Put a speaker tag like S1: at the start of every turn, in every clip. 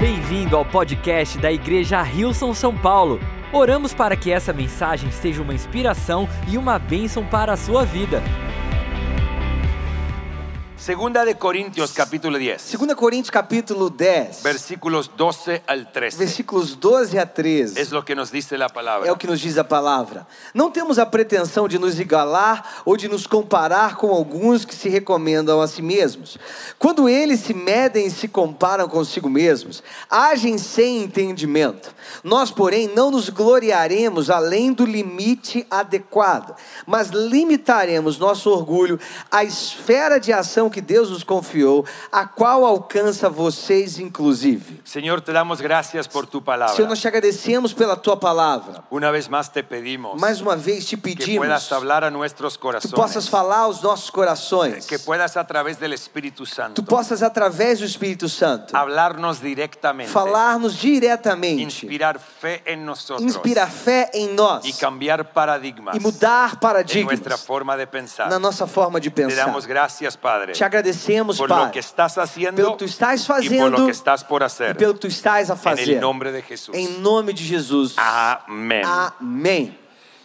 S1: bem-vindo ao podcast da Igreja Rilson São Paulo. Oramos para que essa mensagem seja uma inspiração e uma bênção para a sua vida.
S2: Segunda de Corintios capítulo 10,
S3: 2 Coríntios capítulo 10,
S2: versículos 12 al 13.
S3: versículos 12 a 13.
S2: Es lo que nos dice la
S3: É o
S2: palabra.
S3: que nos diz a palavra. Não temos a pretensão de nos igualar ou de nos comparar com alguns que se recomendam a si mesmos. Quando eles se medem e se comparam consigo mesmos, agem sem entendimento. Nós, porém, não nos gloriaremos além do limite adequado, mas limitaremos nosso orgulho à esfera de ação que Deus nos confiou, a qual alcança vocês, inclusive.
S2: Señor, te damos gracias por tu
S3: Senhor,
S2: palabra.
S3: nós te agradecemos pela tua palavra.
S2: Una vez más te pedimos
S3: Mais uma vez te
S2: que
S3: pedimos
S2: puedas hablar a nuestros
S3: tu possas
S2: corazones,
S3: falar aos nossos corações.
S2: que puedas a través del Espíritu
S3: Tu
S2: Santo
S3: possas através do Espírito Santo
S2: hablarnos directamente,
S3: falar-nos diretamente,
S2: inspirar fe en nosotros
S3: inspirar fé em nós
S2: y cambiar paradigmas
S3: e mudar
S2: en nuestra
S3: paradigmas
S2: forma de
S3: na
S2: pensar.
S3: nossa forma de
S2: Te
S3: pensar.
S2: damos gracias, Padre,
S3: Te agradecemos,
S2: por lo
S3: Pai,
S2: que estás
S3: pelo
S2: haciendo
S3: que tu estás
S2: y por lo
S3: fazendo
S2: que estás por
S3: e
S2: hacer.
S3: pelo que tu estás a
S2: En el
S3: fazer.
S2: nombre de Jesús.
S3: Em nome de Jesus.
S2: Amén.
S3: Amém.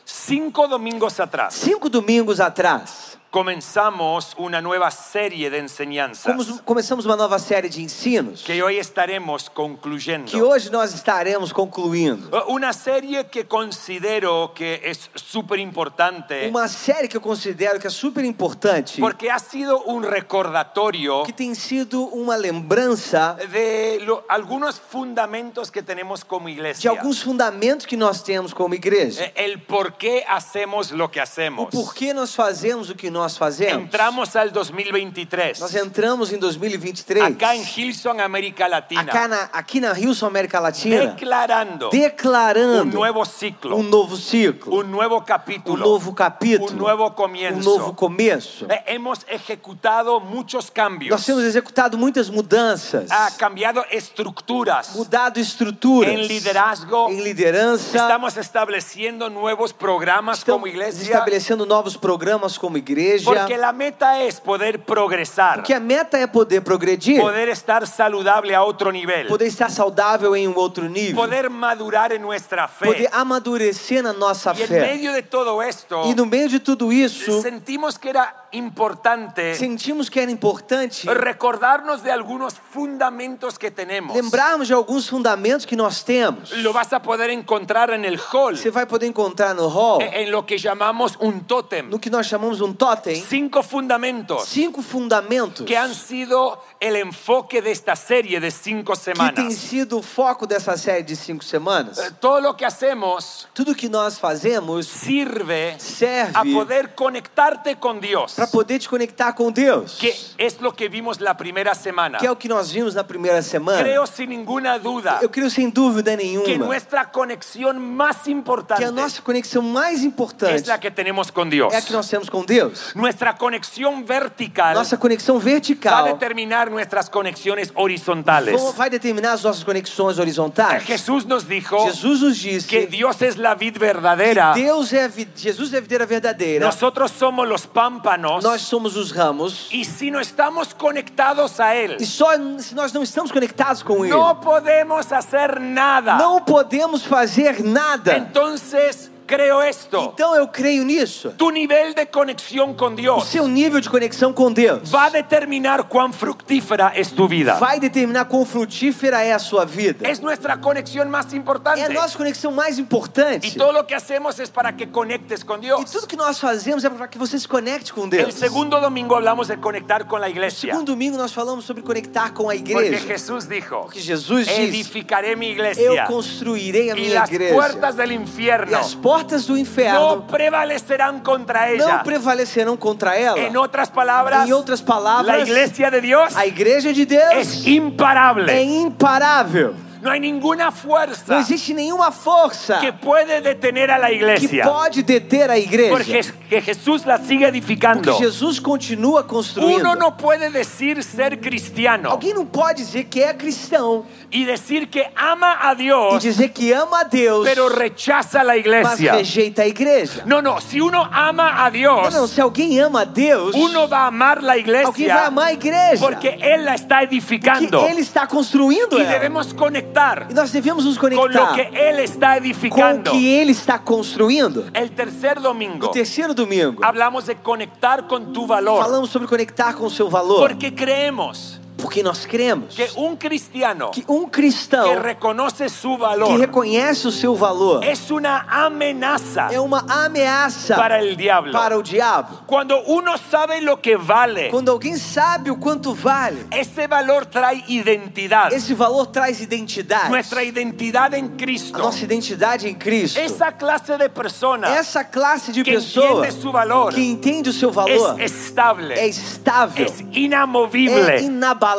S2: Cinco domingos atrás
S3: Cinco domingos atrás,
S2: comenzamos una nueva serie de enseñanzas
S3: como- começamos uma nova série de ensinos
S2: que hoy estaremos concluyendo. Eh,
S3: que hoje nós estaremos concluindo.
S2: Una serie que considero que es súper importante
S3: Uma série que eu considero que é super importante,
S2: porque ha sido un recordatorio
S3: que tem sido uma lembrança
S2: de lo- algunos fundamentos que tenemos como
S3: de
S2: iglesia.
S3: alguns fundamentos que nós temos como igreja.
S2: Eh, El por qué hacemos lo que
S3: O
S2: hacemos.
S3: porquê nós fazemos o que nós fazemos.
S2: Entramos al 2023.
S3: Nós entramos em 2023,
S2: Acá en Hilson, América Latina.
S3: acá na, aqui na Rio Sul América Latina,
S2: declarando un
S3: declarando
S2: nuevo ciclo,
S3: um
S2: un,
S3: novo ciclo,
S2: nuevo capítulo,
S3: um novo capítulo,
S2: un nuevo comienzo.
S3: um novo É, começo.
S2: Eh, Hemos ejecutado muchos cambios,
S3: Nós temos executado muitas mudanças,
S2: ha cambiado estructuras,
S3: mudado estruturas,
S2: Em liderazgo.
S3: em liderança,
S2: estamos estableciendo nuevos programas como
S3: Estamos
S2: iglesia,
S3: Então, estabelecendo novos programas como igreja.
S2: porque la meta es poder progresar,
S3: Porque a meta é poder progredir,
S2: poder estar saludable a otro nivel,
S3: poder estar saudável em um outro nível,
S2: poder madurar en nuestra fe.
S3: poder amadurecer na nossa
S2: y en
S3: fé.
S2: medio de todo esto,
S3: E no meio de tudo isso,
S2: sentimos que era importante
S3: sentimos que era importante
S2: recordarnos de algunos fundamentos que tenemos.
S3: lembrarmos de alguns fundamentos que nós temos.
S2: Lo vas a poder encontrar en el hall, e-,
S3: Você vai poder encontrar no hall,
S2: en en lo que llamamos un tótem.
S3: no que nós chamamos um totem,
S2: Cinco fundamentos
S3: cinco fundamentos
S2: que é han sido el enfoque de esta serie de cinco
S3: que tem
S2: semanas.
S3: sido o foco dessa série de cinco semanas.
S2: Eh, Todo lo que hacemos
S3: Tudo que nós fazemos
S2: sirve
S3: Serve.
S2: a poder conectarte con Dios,
S3: para poder te conectar com Deus.
S2: que es lo que vimos la primera semana.
S3: que é o que nós vimos na primeira semana.
S2: Creo sin ninguna duda
S3: Eu creio sem dúvida
S2: que é
S3: nenhuma
S2: nuestra conexión más
S3: que
S2: importante
S3: a nossa conexão mais
S2: es
S3: importante
S2: la que tenemos con Dios.
S3: é a que nós temos com Deus.
S2: Nuestra conexión vertical
S3: Nossa conexão
S2: va a
S3: vertical
S2: determinar nuestras conexiones horizontales.
S3: vão- vai determinar as nossas conexões horizontais.
S2: Jesús nos dijo
S3: Jesus nos disse
S2: que Dios es la vid verdadera.
S3: Deus é a vi- Jesus é a videira verdadeira.
S2: Nosotros somos los pámpanos
S3: Nós somos os ramos
S2: y si no estamos conectados a Él,
S3: e só n- se nós não estamos conectados com Ele,
S2: no podemos hacer nada.
S3: não podemos fazer nada.
S2: Entonces, creo esto.
S3: Então eu creio nisso.
S2: Tu nivel de conexión con
S3: O
S2: Dios
S3: seu nível de conexão com Deus
S2: va a determinar cuán fructífera es tu vida.
S3: vai determinar quão frutífera é a sua vida.
S2: Es nuestra conexión más importante.
S3: É a nossa conexão mais importante.
S2: Y todo lo que hacemos es para que conectes con
S3: E
S2: Dios.
S3: tudo que nós fazemos é para que você se conecte com
S2: El
S3: Deus.
S2: É segundo domingo hablamos de conectar con la iglesia.
S3: Segundo domingo nós falamos sobre conectar com a
S2: Porque é
S3: igreja.
S2: Jesús dijo,
S3: Porque Jesus disse:
S2: edificaré mi
S3: Eu
S2: iglesia
S3: construirei a
S2: y
S3: minha
S2: las
S3: igreja.
S2: puertas del
S3: E
S2: infierno
S3: as portas do
S2: no
S3: inferno
S2: prevalecerán contra ella.
S3: não prevalecerão contra ela.
S2: En otras palabras,
S3: Em outras palavras,
S2: la iglesia de Dios
S3: a igreja de Deus
S2: es imparable.
S3: é imparável.
S2: No hay ninguna
S3: Não
S2: fuerza
S3: existe nenhuma força
S2: Tá. que puede detener a la
S3: que
S2: iglesia.
S3: pode deter a
S2: Porque é
S3: igreja.
S2: es- que Jesús la sigue
S3: Porque
S2: edificando.
S3: Jesus continua construindo.
S2: Uno no puede decir ser cristiano
S3: Alguém não pode dizer que é cristão
S2: y decir que ama a
S3: e
S2: Deus,
S3: dizer que ama a Deus,
S2: pero rechaza la
S3: mas
S2: iglesia.
S3: rejeita a igreja.
S2: No, no, si uno ama a
S3: Não, não,
S2: Deus,
S3: se alguém ama a Deus,
S2: uno va a amar la
S3: alguém vai
S2: iglesia
S3: amar a igreja.
S2: porque Él la está
S3: que
S2: edificando.
S3: ele está construindo
S2: Y
S3: ela.
S2: debemos conectar
S3: E nós devemos nos
S2: con lo que
S3: conectar
S2: Él está
S3: com o
S2: edificando.
S3: que Ele está construindo.
S2: El tercer
S3: No
S2: domingo
S3: terceiro domingo,
S2: hablamos de conectar con tu valor.
S3: falamos sobre conectar com o seu valor,
S2: Porque creemos
S3: porque nós cremos
S2: que un cristiano
S3: que um cristão
S2: que É reconoce su
S3: que
S2: valor
S3: reconhece o seu valor
S2: es una amenaza
S3: é uma ameaça
S2: para el diablo.
S3: para o diabo.
S2: Cuando uno sabe lo que vale,
S3: Quando alguém sabe o quanto vale,
S2: ese valor trae identidad.
S3: esse valor traz identidade.
S2: É. Nuestra identidad en
S3: A
S2: Cristo.
S3: nossa identidade em Cristo.
S2: Esa clase de persona
S3: Essa classe de
S2: que
S3: pessoa
S2: entiende su valor
S3: que entende o seu valor
S2: es estable,
S3: é estável,
S2: es inamovible,
S3: é inabalável,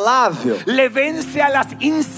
S2: le vence a las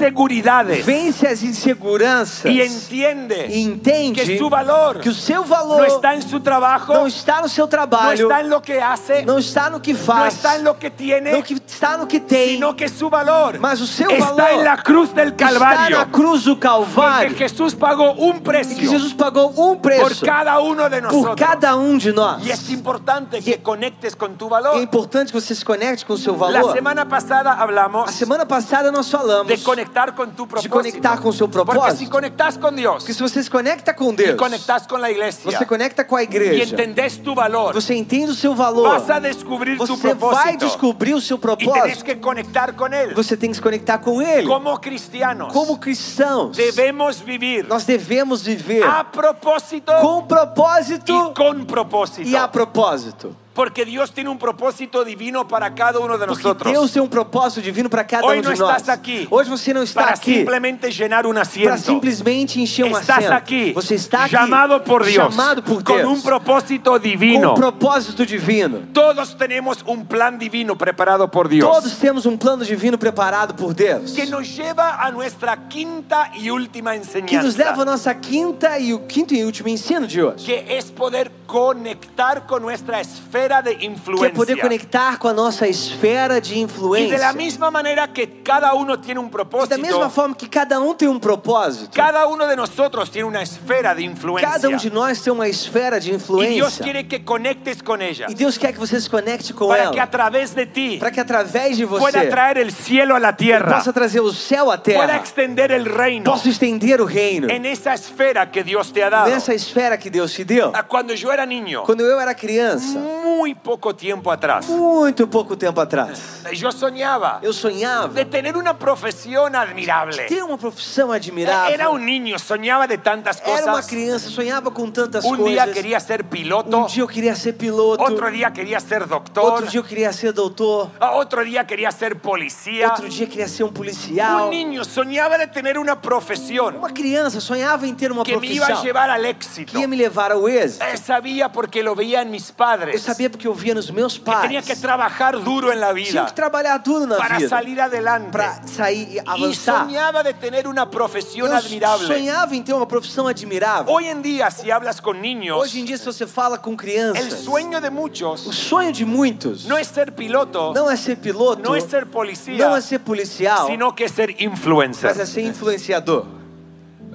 S2: inseguridades
S3: vence as inseguranças
S2: y
S3: e
S2: entiende
S3: entende
S2: que su valor
S3: que o seu
S2: no
S3: valor
S2: está en su trabajo,
S3: não está no seu
S2: no
S3: trabalho,
S2: está en lo que hace,
S3: não está no que
S2: no
S3: faz,
S2: está en lo que tiene,
S3: não que está no que tem,
S2: sino que su valor
S3: Mas o seu valor
S2: está en la cruz del
S3: está
S2: Calvario.
S3: na cruz do
S2: Porque
S3: Calvário
S2: Jesús pagó un
S3: e que
S2: precio
S3: Jesus pagou um
S2: por
S3: preço
S2: cada uno de
S3: por
S2: nosotros.
S3: cada um de nós.
S2: Y es importante
S3: Y-
S2: que conectes con tu
S3: É
S2: valor.
S3: importante que você se conecte com o seu
S2: La
S3: valor.
S2: semana pasada hablamos
S3: A semana passada nós falamos
S2: de conectar con tu propósito.
S3: conectar con su
S2: Porque
S3: propósito.
S2: si conectas con Dios,
S3: que se você se conecta com
S2: y
S3: Deus,
S2: conectas con la iglesia,
S3: você conecta com a
S2: y
S3: igreja,
S2: entendés tu valor,
S3: você entende o seu valor,
S2: vas a descubrir tu
S3: você vai
S2: propósito.
S3: descobrir o seu
S2: Y tenés
S3: propósito,
S2: que conectar con Él.
S3: você tem que se conectar com Ele.
S2: Como cristianos,
S3: Como cristãos,
S2: debemos vivir
S3: nós devemos viver
S2: a propósito
S3: com um propósito
S2: y con propósito.
S3: e a propósito.
S2: Porque Dios tiene un propósito divino para cada uno de
S3: Porque
S2: nosotros.
S3: Deus tem um propósito divino para cada
S2: Hoy
S3: um de
S2: no
S3: nós.
S2: estás aquí
S3: Hoje você não está
S2: para
S3: aqui
S2: simplemente llenar un
S3: para
S2: asiento.
S3: simplesmente encher um
S2: Estás
S3: assento.
S2: aquí
S3: Você está aqui
S2: llamado por Dios,
S3: chamado por Deus
S2: con un propósito
S3: com
S2: divino.
S3: um propósito divino.
S2: Todos tenemos un plan divino preparado por Dios
S3: Todos temos um plano divino preparado por Deus.
S2: que nos lleva a nuestra quinta y última
S3: que nos
S2: enseñanza,
S3: leva à nossa quinta e o quinto e último ensino de hoje,
S2: que es poder conectar con nuestra esfera de
S3: que é
S2: influencia.
S3: poder conectar com a nossa esfera de
S2: y
S3: influência.
S2: de la misma manera que cada uno tiene un
S3: E da
S2: propósito,
S3: mesma forma que cada um tem um propósito,
S2: cada uno de nosotros tiene una esfera de influencia.
S3: cada um de nós tem uma esfera de
S2: y Dios
S3: influência.
S2: quiere que conectes con ella
S3: E Deus quer que você se conecte com
S2: para que a
S3: ela,
S2: través de ti
S3: para que através de
S2: pueda
S3: você
S2: traer el cielo a la
S3: Ele
S2: tierra,
S3: possa trazer o céu à
S2: pueda
S3: terra,
S2: extender el reino
S3: possa estender o reino
S2: en esa esfera que Dios te ha dado.
S3: nessa esfera que Deus te deu.
S2: Ah, Cuando yo era niño,
S3: Quando eu era criança,
S2: muy poco tiempo atrás,
S3: muito pouco tempo atrás,
S2: yo soñaba
S3: eu sonhava
S2: de tener una profesión admirable.
S3: ter uma profissão
S2: Era um
S3: admirável.
S2: un niño, soñaba de tantas
S3: Era uma
S2: cosas.
S3: criança, sonhava com tantas
S2: Un día
S3: coisas.
S2: quería ser
S3: Um
S2: piloto,
S3: dia eu queria ser piloto,
S2: otro día quería ser doctor,
S3: outro dia eu queria ser doutor,
S2: ah, otro día quería ser policía.
S3: outro dia eu queria ser um policial.
S2: Un niño soñaba de tener una profesión
S3: Uma criança sonhava em ter uma
S2: que me iba a
S3: profissão
S2: llevar al éxito.
S3: que ia me levar ao êxito.
S2: Eh, Sabía porque lo veía en mis
S3: Eu
S2: padres.
S3: sabia porque eu via nos meus
S2: que
S3: pais.
S2: tenía que trabajar duro en la
S3: Tinha
S2: vida
S3: que trabalhar duro na
S2: para
S3: vida
S2: salir adelante.
S3: para sair e
S2: Y
S3: avançar.
S2: soñaba de tener una profesión
S3: eu
S2: admirable.
S3: sonhava em ter uma profissão admirável.
S2: Hoy en día, si hablas con niños,
S3: Hoje em dia, se você fala com
S2: el
S3: crianças,
S2: sueño de
S3: o
S2: muchos
S3: sonho de muitos
S2: no es ser piloto,
S3: não é ser piloto,
S2: no es é- ser policía,
S3: não é ser policial,
S2: sino que es ser
S3: mas é
S2: influencer.
S3: ser influenciador.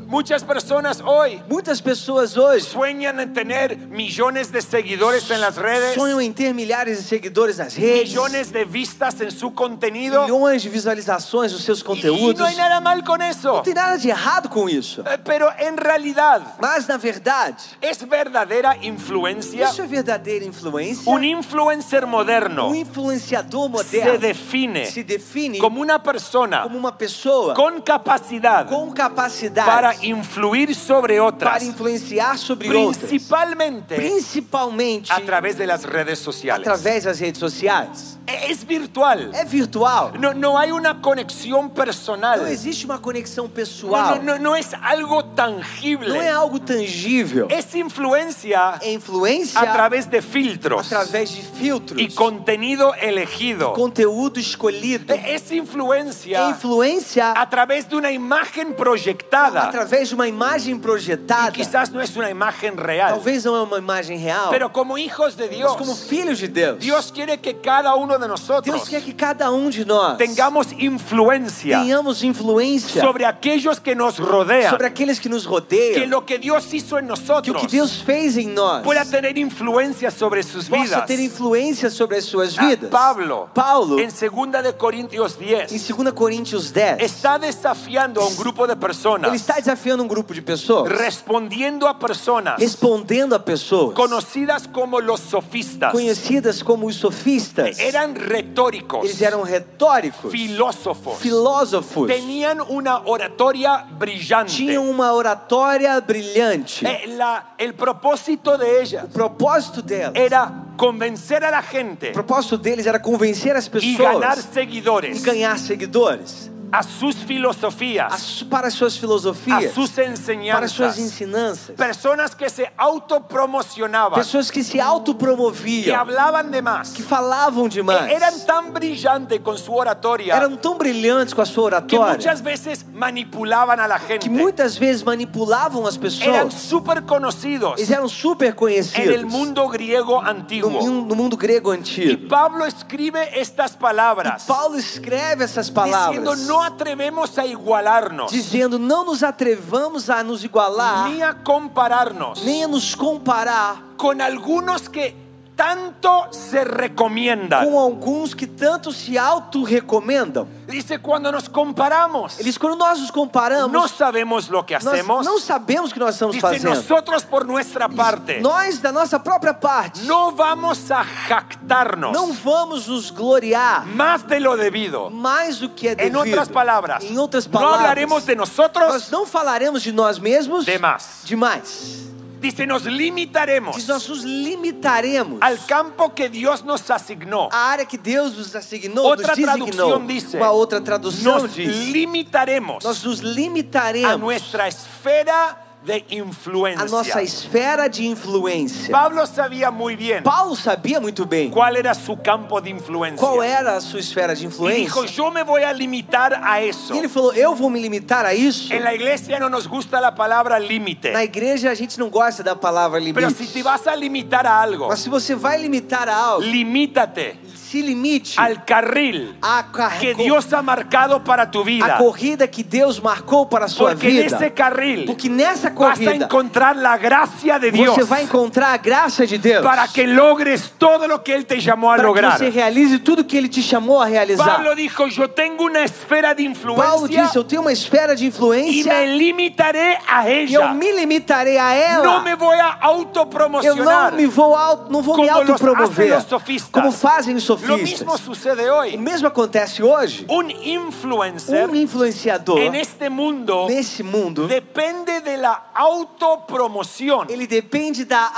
S2: Muchas personas hoy
S3: Muitas pessoas hoje
S2: sueñan en tener millones de seguidores en las redes,
S3: sonham em ter milhares de seguidores nas redes,
S2: millones de vistas en su contenido.
S3: milhões de visualizações dos seus
S2: Y, y
S3: conteúdos.
S2: no hay
S3: Não é
S2: nada mal con eso.
S3: tem nada de errado com isso.
S2: Eh, Pero en realidad,
S3: Mas, na verdade,
S2: ¿es verdadera influencia?
S3: isso é verdadeira influência.
S2: Un influencer moderno
S3: Um influenciador
S2: se
S3: moderno
S2: define
S3: se define
S2: como una persona
S3: como uma pessoa
S2: con capacidad
S3: com capacidade
S2: para influir sobre
S3: para
S2: otras,
S3: influenciar sobre outras,
S2: principalmente
S3: principalmente
S2: a través de las redes sociales. E-,
S3: através das redes sociais.
S2: Es virtual.
S3: É virtual.
S2: No, no hay una conexión
S3: Não
S2: personal.
S3: existe uma conexão
S2: No,
S3: pessoal.
S2: no- no- no es algo
S3: Não é
S2: tangible.
S3: algo tangível.
S2: Es influencia
S3: É influência
S2: a través de filtros
S3: através de filtros,
S2: y contenido elegido. E-,
S3: conteúdo escolhido.
S2: Es
S3: É
S2: influencia
S3: influência
S2: a través de una imagen proyectada
S3: através de uma imagem projetada.
S2: Quizás no es una imagen real,
S3: Talvez não é uma imagem real,
S2: pero como hijos de
S3: mas como
S2: Dios,
S3: filhos de Deus.
S2: Dios quiere que cada uno de
S3: Deus
S2: nosotros
S3: quer que cada um de nós
S2: tengamos influencia
S3: tenhamos influência
S2: sobre aquellos que nos rodean.
S3: sobre aqueles que nos
S2: Que
S3: rodeiam,
S2: lo que Dios hizo en
S3: que o
S2: nosotros
S3: que Deus fez em nós
S2: pueda tener influencia sobre sus
S3: possa
S2: vidas.
S3: ter influência sobre as suas
S2: Ah,
S3: vidas.
S2: Pablo,
S3: Paulo,
S2: en 2 de Corintios 10,
S3: em 2 Coríntios 10,
S2: está desafiando a un grupo de
S3: ele
S2: personas,
S3: está desafiando um grupo de pessoas,
S2: respondiendo a personas
S3: respondendo a pessoas
S2: conocidas como los sofistas.
S3: conhecidas como os sofistas.
S2: Eran retóricos,
S3: Eles eram retóricos,
S2: filósofos,
S3: filósofos,
S2: tenían una oratoria brillante.
S3: tinham uma oratória brilhante.
S2: Eh, la- el propósito de ellas
S3: O propósito delas,
S2: era convencer a la gente
S3: o propósito deles era convencer as
S2: y ganar
S3: pessoas e
S2: seguidores
S3: ganhar seguidores
S2: a sus filosofías,
S3: as- para as suas
S2: a
S3: filosofias,
S2: sus
S3: para as suas
S2: enseñanzas.
S3: ensinanças.
S2: Personas que se autopromocionaban,
S3: Pessoas que se
S2: que
S3: autopromoviam,
S2: hablaban de más,
S3: que falavam demais,
S2: Eh, eran tan brillantes con su oratoria
S3: eram tão brilhantes com a sua
S2: que
S3: oratória,
S2: muchas veces manipulaban a la
S3: que
S2: gente.
S3: muitas vezes manipulavam as
S2: Eran
S3: pessoas.
S2: súper conocidos
S3: Eles eram super
S2: en el
S3: conhecidos
S2: mundo griego
S3: no,
S2: antiguo.
S3: mun- no mundo grego
S2: Y
S3: antigo.
S2: Pablo escribe estas palabras
S3: Paulo escreve essas
S2: diciendo
S3: palavras,
S2: no atrevemos a igualarnos
S3: dizendo: não nos atrevamos a nos igualar,
S2: ni a compararnos
S3: nem a nos comparar
S2: con algunos que tanto se recomiendan.
S3: com alguns que tanto se auto-recomendam.
S2: Dice, cuando nos comparamos,
S3: Eles, quando nós nos
S2: no
S3: comparamos,
S2: sabemos lo que
S3: nós não
S2: hacemos.
S3: sabemos o que nós estamos
S2: Dice,
S3: fazendo.
S2: nosotros por nuestra parte
S3: Nós, da nossa própria parte,
S2: no vamos a
S3: não
S2: jactarnos
S3: vamos nos gloriar
S2: más de lo debido.
S3: mais do que é
S2: En
S3: devido.
S2: otras palabras,
S3: em outras
S2: no
S3: palavras,
S2: hablaremos de
S3: nós
S2: nosotros,
S3: não falaremos de nós mesmos
S2: Demais.
S3: demais.
S2: dice, nos
S3: Diz,
S2: limitaremos
S3: nós nos limitaremos
S2: al campo que Dios nos asignó.
S3: à área que Deus nos assignou,
S2: Outra
S3: nos designou.
S2: tradução diz,
S3: Uma outra tradução
S2: Nos
S3: diz, nós
S2: limitaremos
S3: nos
S2: a
S3: limitaremos
S2: nuestra esfera de
S3: à nossa
S2: influencia.
S3: esfera de influência.
S2: Pablo sabía muy bien
S3: Paulo sabia muito bem
S2: cuál era su campo de
S3: qual
S2: influencia.
S3: era a sua esfera de
S2: Y dijo,
S3: influência.
S2: yo me voy a limitar a eso.
S3: E ele falou, eu vou me limitar a isso.
S2: En la iglesia no nos gusta la palabra
S3: Na
S2: límite.
S3: igreja a gente não gosta da palavra
S2: Pero
S3: limite.
S2: si te vas a limitar a algo,
S3: Mas se você vai limitar a algo,
S2: limítate
S3: se limite
S2: al carril
S3: à car-
S2: que Dios ha marcado para tu
S3: a
S2: vida.
S3: corrida que Deus marcou para a sua
S2: Porque en
S3: vida.
S2: ese carril
S3: Porque
S2: vas
S3: nessa
S2: a
S3: corrida
S2: encontrar la gracia de Dios
S3: você vai encontrar a graça de Deus
S2: para que logres todo lo que Él te llamó a
S3: para
S2: lograr.
S3: que você realize tudo que Ele te chamou a realizar.
S2: Pablo dijo, yo tengo una esfera de
S3: Paulo
S2: influencia
S3: disse, eu tenho uma esfera de
S2: y
S3: influência
S2: me limitaré a
S3: e eu
S2: ella.
S3: me limitarei a
S2: No
S3: ela.
S2: me voy a
S3: Eu não
S2: autopromocionar.
S3: me vou auto, não vou
S2: Como
S3: me
S2: los hacen
S3: autopromover
S2: los sofistas.
S3: como fazem os
S2: Lo mismo
S3: sofistas.
S2: sucede
S3: O
S2: hoy.
S3: mesmo acontece hoje.
S2: Un influencer
S3: Um influenciador
S2: en este mundo
S3: nesse mundo,
S2: depende de la autopromoción.
S3: ele depende da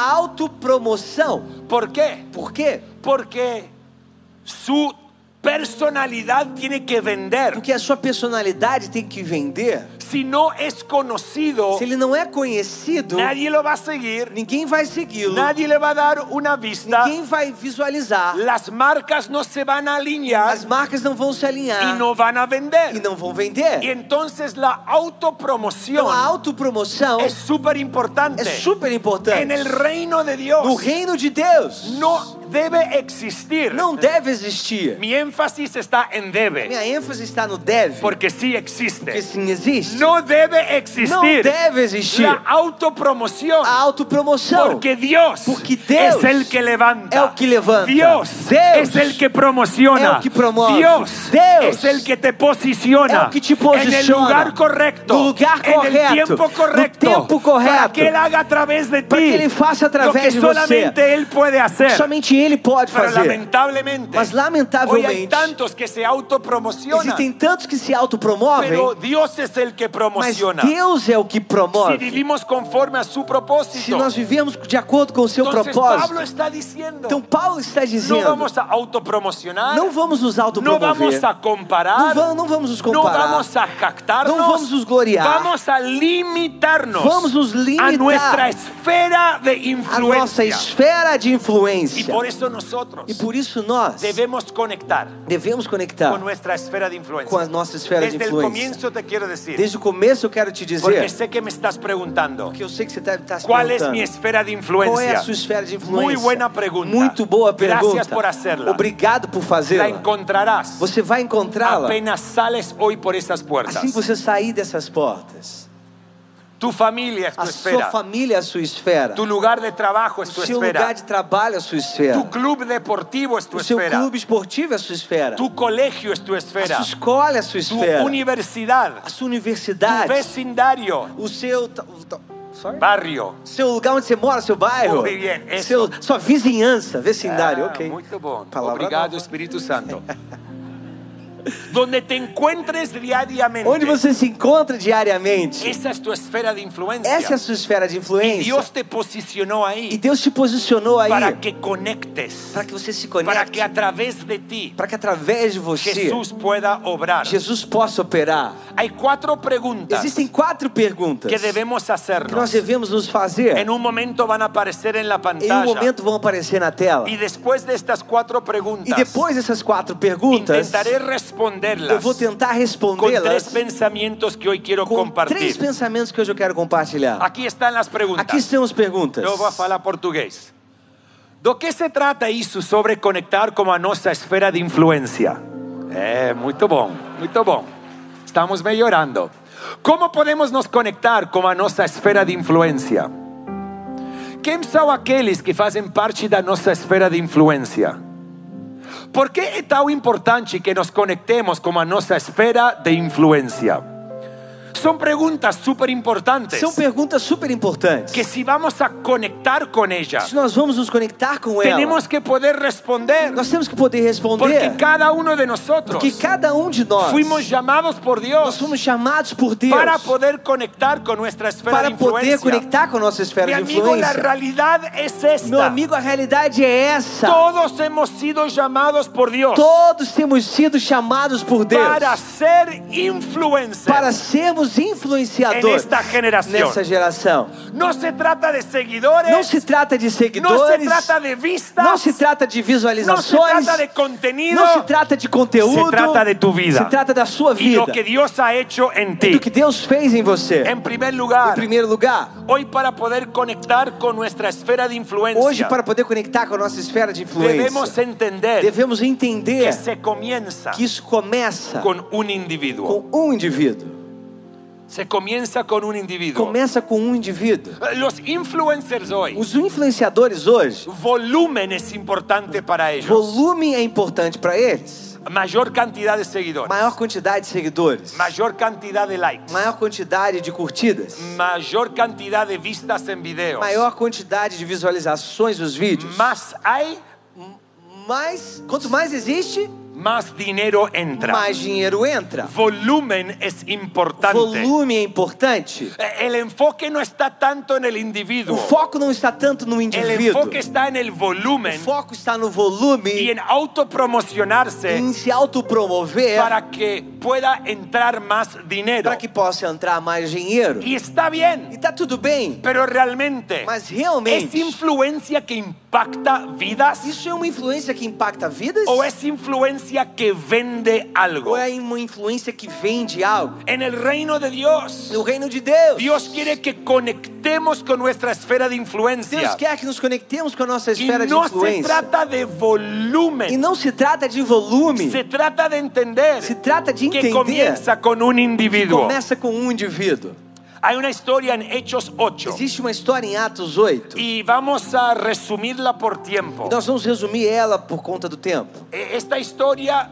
S3: autopromoção.
S2: ¿Por qué?
S3: Por quê?
S2: Porque su personalidad tiene que vender.
S3: Porque a sua personalidade tem que vender.
S2: Si no es conocido,
S3: Se ele não é conhecido,
S2: nadie lo va a seguir,
S3: ninguém vai segui-lo.
S2: nadie le va a dar una vista.
S3: Ninguém vai visualizar.
S2: Las marcas no se van a alinear
S3: As marcas não vão se alinhar
S2: y no van a
S3: e
S2: vender.
S3: não vão
S2: Y
S3: vender.
S2: entonces la
S3: Então a
S2: autopromoción
S3: autopromoção
S2: es súper importante.
S3: é super importante.
S2: En el reino de Dios
S3: No reino de Deus
S2: no debe existir.
S3: não deve existir.
S2: Mi énfasis está en debe,
S3: Minha ênfase está no deve,
S2: porque sí
S3: porque
S2: existe.
S3: sim existe.
S2: No debe
S3: Não
S2: existir
S3: deve existir
S2: la autopromoción.
S3: a autopromoção.
S2: Porque Dios,
S3: Porque
S2: es
S3: Deus
S2: el que levanta.
S3: é o que levanta.
S2: Dios,
S3: Deus
S2: es el que promociona.
S3: é o que promove.
S2: Dios, es
S3: Deus
S2: el que te posiciona.
S3: é o que te posiciona.
S2: En el lugar correcto.
S3: No lugar
S2: En el
S3: correto.
S2: tiempo
S3: No
S2: correcto.
S3: tempo correto.
S2: Para que Él haga a través de ti.
S3: Para que Ele faça através
S2: lo que
S3: de você.
S2: solamente Él puede hacer.
S3: Somente Ele pode
S2: Pero
S3: fazer.
S2: lamentablemente,
S3: Mas,
S2: hoy
S3: lamentavelmente,
S2: hay tantos que se autopromocionan.
S3: Existem tantos que se autopromovem,
S2: Pero Dios es el que
S3: mas
S2: promociona.
S3: Deus é o
S2: Si
S3: que promove.
S2: vivimos conforme a su propósito.
S3: Se nós vivemos de acordo com o seu
S2: Entonces Então, Pablo
S3: propósito,
S2: está diciendo,
S3: então Paulo está
S2: no
S3: dizendo:
S2: vamos a autopromocionar,
S3: não vamos nos
S2: no
S3: autopromover,
S2: vamos a comparar,
S3: não va- não vamos nos
S2: no
S3: comparar,
S2: vamos a jactarnos,
S3: não vamos nos gloriar,
S2: vamos a limitarnos
S3: Vamos nos
S2: a
S3: limitar
S2: nuestra esfera de
S3: a nossa
S2: influencia.
S3: esfera de
S2: Y
S3: influência.
S2: por eso
S3: E
S2: nosotros
S3: por isso nós
S2: debemos conectar
S3: devemos conectar
S2: con nuestra esfera de influencia.
S3: Con nuestra esfera de
S2: Desde el
S3: influencia.
S2: comienzo te quiero decir,
S3: Desde o começo eu quero te dizer,
S2: porque é sé que me estás preguntando,
S3: porque eu sei que você deve estar se
S2: ¿cuál es
S3: perguntando,
S2: mi esfera de
S3: Qual é a
S2: influencia?
S3: sua esfera de influência?
S2: Muy buena pregunta.
S3: Muito boa pergunta.
S2: Gracias por hacerla.
S3: Obrigado por
S2: La
S3: fazê-la.
S2: encontrarás
S3: Você vai encontrá-la
S2: apenas sales hoy por esas puertas.
S3: assim que você sair dessas portas.
S2: Tu familia es tu
S3: A
S2: esfera.
S3: sua família é a sua esfera.
S2: Tu lugar de trabajo es
S3: O
S2: tu
S3: seu lugar
S2: esfera.
S3: de trabalho é a sua esfera.
S2: Tu club deportivo es tu
S3: O seu
S2: esfera.
S3: clube esportivo é a sua esfera.
S2: Tu colegio es tu
S3: A
S2: esfera.
S3: sua escola é a sua
S2: Tu
S3: esfera.
S2: universidad.
S3: A sua
S2: Tu
S3: universidade.
S2: vecindario.
S3: O seu... ta- o ta- Sorry?
S2: Barrio.
S3: Seu lugar onde você mora, seu bairro.
S2: Muito bem, isso.
S3: Seu, sua vizinhança, vecindário,
S2: Ah,
S3: ok.
S2: Muito bom.
S3: Palavra
S2: Obrigado,
S3: nova.
S2: Espírito Santo. Donde te encuentres diariamente.
S3: Onde você se encontra diariamente.
S2: Esa es tu esfera de influencia.
S3: Essa é a sua esfera de influência.
S2: Dios te posicionó
S3: E
S2: ahí
S3: Deus te posicionou aí
S2: para que conectes,
S3: para que você se
S2: para
S3: conecte,
S2: que a través de ti
S3: para que através de você
S2: Jesús pueda obrar.
S3: Jesus possa operar.
S2: Hay cuatro preguntas
S3: Existem quatro perguntas
S2: que É debemos
S3: que nós
S2: hacernos.
S3: devemos nos fazer.
S2: En un momento van a aparecer en la
S3: Em um
S2: pantalla.
S3: Eh. momento vão aparecer na tela.
S2: Y después de estas cuatro
S3: E
S2: preguntas,
S3: depois dessas quatro perguntas,
S2: intentaré
S3: eu
S2: responderlas
S3: vou tentar
S2: con tres
S3: respondê-las
S2: pensamientos que hoy quiero
S3: com três
S2: compartir.
S3: pensamentos que hoje eu quero compartilhar.
S2: Aqui estão as
S3: Aqui
S2: perguntas.
S3: estão as perguntas.
S2: Eu vou falar português. Do que se trata isso sobre conectar com a nossa esfera de influência? É, muito bom, muito bom. Estamos melhorando. Como podemos nos conectar com a nossa esfera de influência? Quem são aqueles que fazem parte da nossa esfera de influência? Por que é tão importante que nos conectemos com a nossa esfera de influência? São perguntas super importantes
S3: São perguntas super importantes.
S2: que si vamos a conectar con ella,
S3: Se nós vamos nos conectar com ela,
S2: tenemos que poder responder,
S3: nós temos que poder responder
S2: porque cada uno de nosotros
S3: que cada um de nós
S2: fuimos llamados por
S3: Nós
S2: Dios
S3: somos chamados por Deus
S2: para poder conectar con nuestra esfera
S3: para
S2: de
S3: poder
S2: influencia.
S3: conectar com a nossa esfera
S2: Mi
S3: de
S2: amigo, la
S3: influência.
S2: realidad es esta.
S3: Meu amigo, a realidade é essa.
S2: Todos hemos sido llamados por Dios
S3: Todos temos sido chamados por Deus
S2: para ser influencers.
S3: para sermos
S2: en
S3: influenciadores
S2: esta generación.
S3: nessa geração.
S2: No se trata de seguidores,
S3: Não se trata de
S2: no se
S3: seguidores,
S2: trata de vistas,
S3: não se trata de
S2: no se
S3: visualizações,
S2: trata de contenido,
S3: não se trata de conteúdo,
S2: Se trata de tu vida.
S3: se trata da sua
S2: y
S3: vida,
S2: lo que É Dios ha hecho en ti.
S3: do que Deus fez em você.
S2: En primer
S3: Em
S2: lugar,
S3: primeiro lugar,
S2: hoy para poder conectar con nuestra esfera de influencia,
S3: hoje, para poder conectar com a nossa esfera de
S2: debemos
S3: influência,
S2: entender
S3: devemos entender
S2: que se comienza
S3: que isso começa
S2: con un individuo.
S3: com um indivíduo.
S2: Se comienza con un individuo.
S3: Começa com um indivíduo.
S2: Los influencers hoy,
S3: Os influenciadores hoje,
S2: volumen es importante para ellos.
S3: volume é importante para eles.
S2: Mayor cantidad de seguidores,
S3: Maior quantidade de seguidores,
S2: mayor cantidad de likes,
S3: maior quantidade de curtidas,
S2: mayor cantidad de vistas en videos.
S3: maior quantidade de visualizações dos vídeos.
S2: Más hay,
S3: Mas quanto mais existe,
S2: más dinero entra.
S3: mais dinheiro entra.
S2: Volumen es importante.
S3: Volume é importante.
S2: Eh, El enfoque no está tanto en el
S3: O
S2: individuo.
S3: foco não está tanto no
S2: El
S3: indivíduo.
S2: enfoque está en el
S3: O
S2: volumen
S3: foco está no
S2: y
S3: volume,
S2: en autopromocionarse
S3: em se autopromover
S2: para que pueda entrar más dinero.
S3: para que possa entrar mais dinheiro.
S2: Y está
S3: E
S2: bien,
S3: tá tudo bem,
S2: pero realmente
S3: mas
S2: es
S3: realmente
S2: influencia que impacta vidas
S3: isso é uma influência que impacta vidas?
S2: o es influencia que vende algo.
S3: Ou é uma influência que vende algo?
S2: En el reino de Dios,
S3: No reino de Deus,
S2: Dios quiere que conectemos con nuestra esfera de
S3: Deus
S2: influencia.
S3: quer que nos conectemos com a nossa
S2: Y
S3: esfera de
S2: no se
S3: influência.
S2: trata de volumen.
S3: E não se trata de volume,
S2: Se trata de entender
S3: se trata de
S2: que
S3: entender.
S2: comienza con un individuo.
S3: Começa com um indivíduo.
S2: Hay una historia en Hechos 8
S3: Existe uma história em Atos 8. E
S2: y vamos a resumirla por tiempo.
S3: nós vamos resumir ela por conta do tempo.
S2: E- Esta historia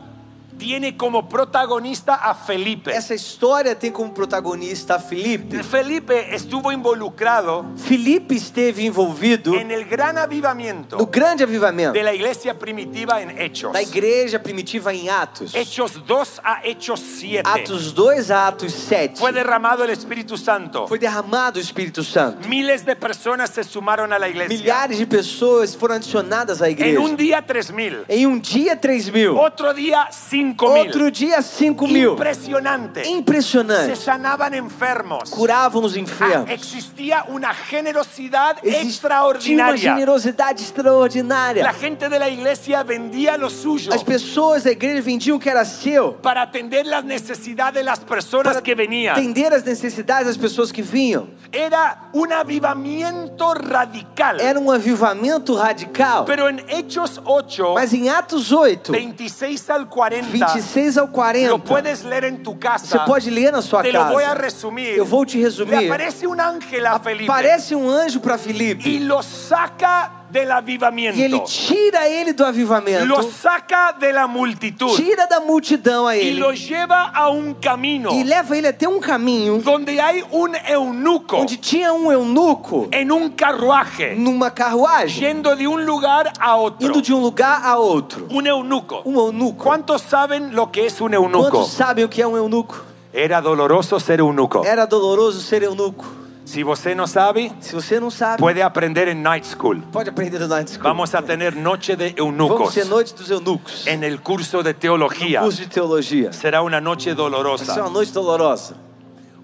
S2: tiene como protagonista a Felipe.
S3: Essa história tem como protagonista Felipe.
S2: Felipe estuvo involucrado
S3: Felipe esteve envolvido
S2: en el gran
S3: no
S2: avivamiento
S3: grande avivamento
S2: de la iglesia primitiva en Hechos.
S3: da igreja primitiva em Atos.
S2: Hechos 2 a Hechos 7.
S3: Atos 2 a Atos 7.
S2: Fue derramado el Espíritu Santo.
S3: Foi derramado o Espírito Santo.
S2: Miles de personas se sumaron a la iglesia.
S3: Milhares de pessoas foram adicionadas à
S2: En
S3: igreja.
S2: un día, tres mil.
S3: Em um dia, 3 mil.
S2: Otro día 5 mil.
S3: Outro dia, 5 mil.
S2: Impresionante. Se
S3: Impressionante.
S2: sanaban enfermos.
S3: Curavam os
S2: Ah, é
S3: enfermos.
S2: existía una generosidad
S3: Tinha uma
S2: extraordinaria.
S3: generosidade
S2: La
S3: extraordinária.
S2: gente de la iglesia vendía lo suyo
S3: As pessoas da igreja vendiam o que era seu
S2: para atender las necesidades de las personas
S3: para
S2: que venían.
S3: atender as necessidades das pessoas que vinham.
S2: Era un avivamiento radical.
S3: Era um avivamento radical.
S2: Pero en Hechos 8,
S3: Mas em Atos 8,
S2: 26 al 40,
S3: 26 ao 40,
S2: lo puedes leer en tu
S3: você
S2: casa.
S3: pode ler na sua
S2: Te lo voy a
S3: casa.
S2: resumir.
S3: Eu vou te
S2: Le
S3: resumir.
S2: aparece un ángel a Felipe
S3: Parece um anjo para
S2: y
S3: Felipe.
S2: lo saca del
S3: E ele
S2: avivamiento.
S3: tira ele do avivamento,
S2: Lo saca de la multitud.
S3: tira da multidão a
S2: y
S3: ele
S2: lo lleva a un camino
S3: e leva ele até um caminho
S2: donde hay un eunuco
S3: onde tinha um eunuco
S2: en un carruaje
S3: numa carruagem,
S2: yendo de un lugar a otro.
S3: indo de um lugar a outro.
S2: Un eunuco.
S3: Um eunuco.
S2: ¿Cuántos saben lo que es un eunuco?
S3: Quantos sabem o que é um eunuco?
S2: Era doloroso ser eunuco.
S3: Era doloroso ser eunuco.
S2: Si você no sabe,
S3: Se você não sabe,
S2: puede aprender en Night School.
S3: pode aprender no Night School.
S2: Vamos a tener noche de
S3: Vamos
S2: eunucos
S3: ser noite dos eunucos.
S2: en el curso de teología.
S3: Curso de teologia.
S2: Será una noche
S3: Vai ser uma
S2: dolorosa.
S3: noite dolorosa.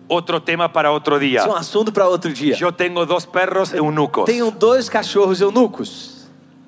S2: Otro tema para otro día.
S3: Isso é um assunto para outro dia.
S2: Yo tengo dos perros eunucos.
S3: Tenho dois cachorros eunucos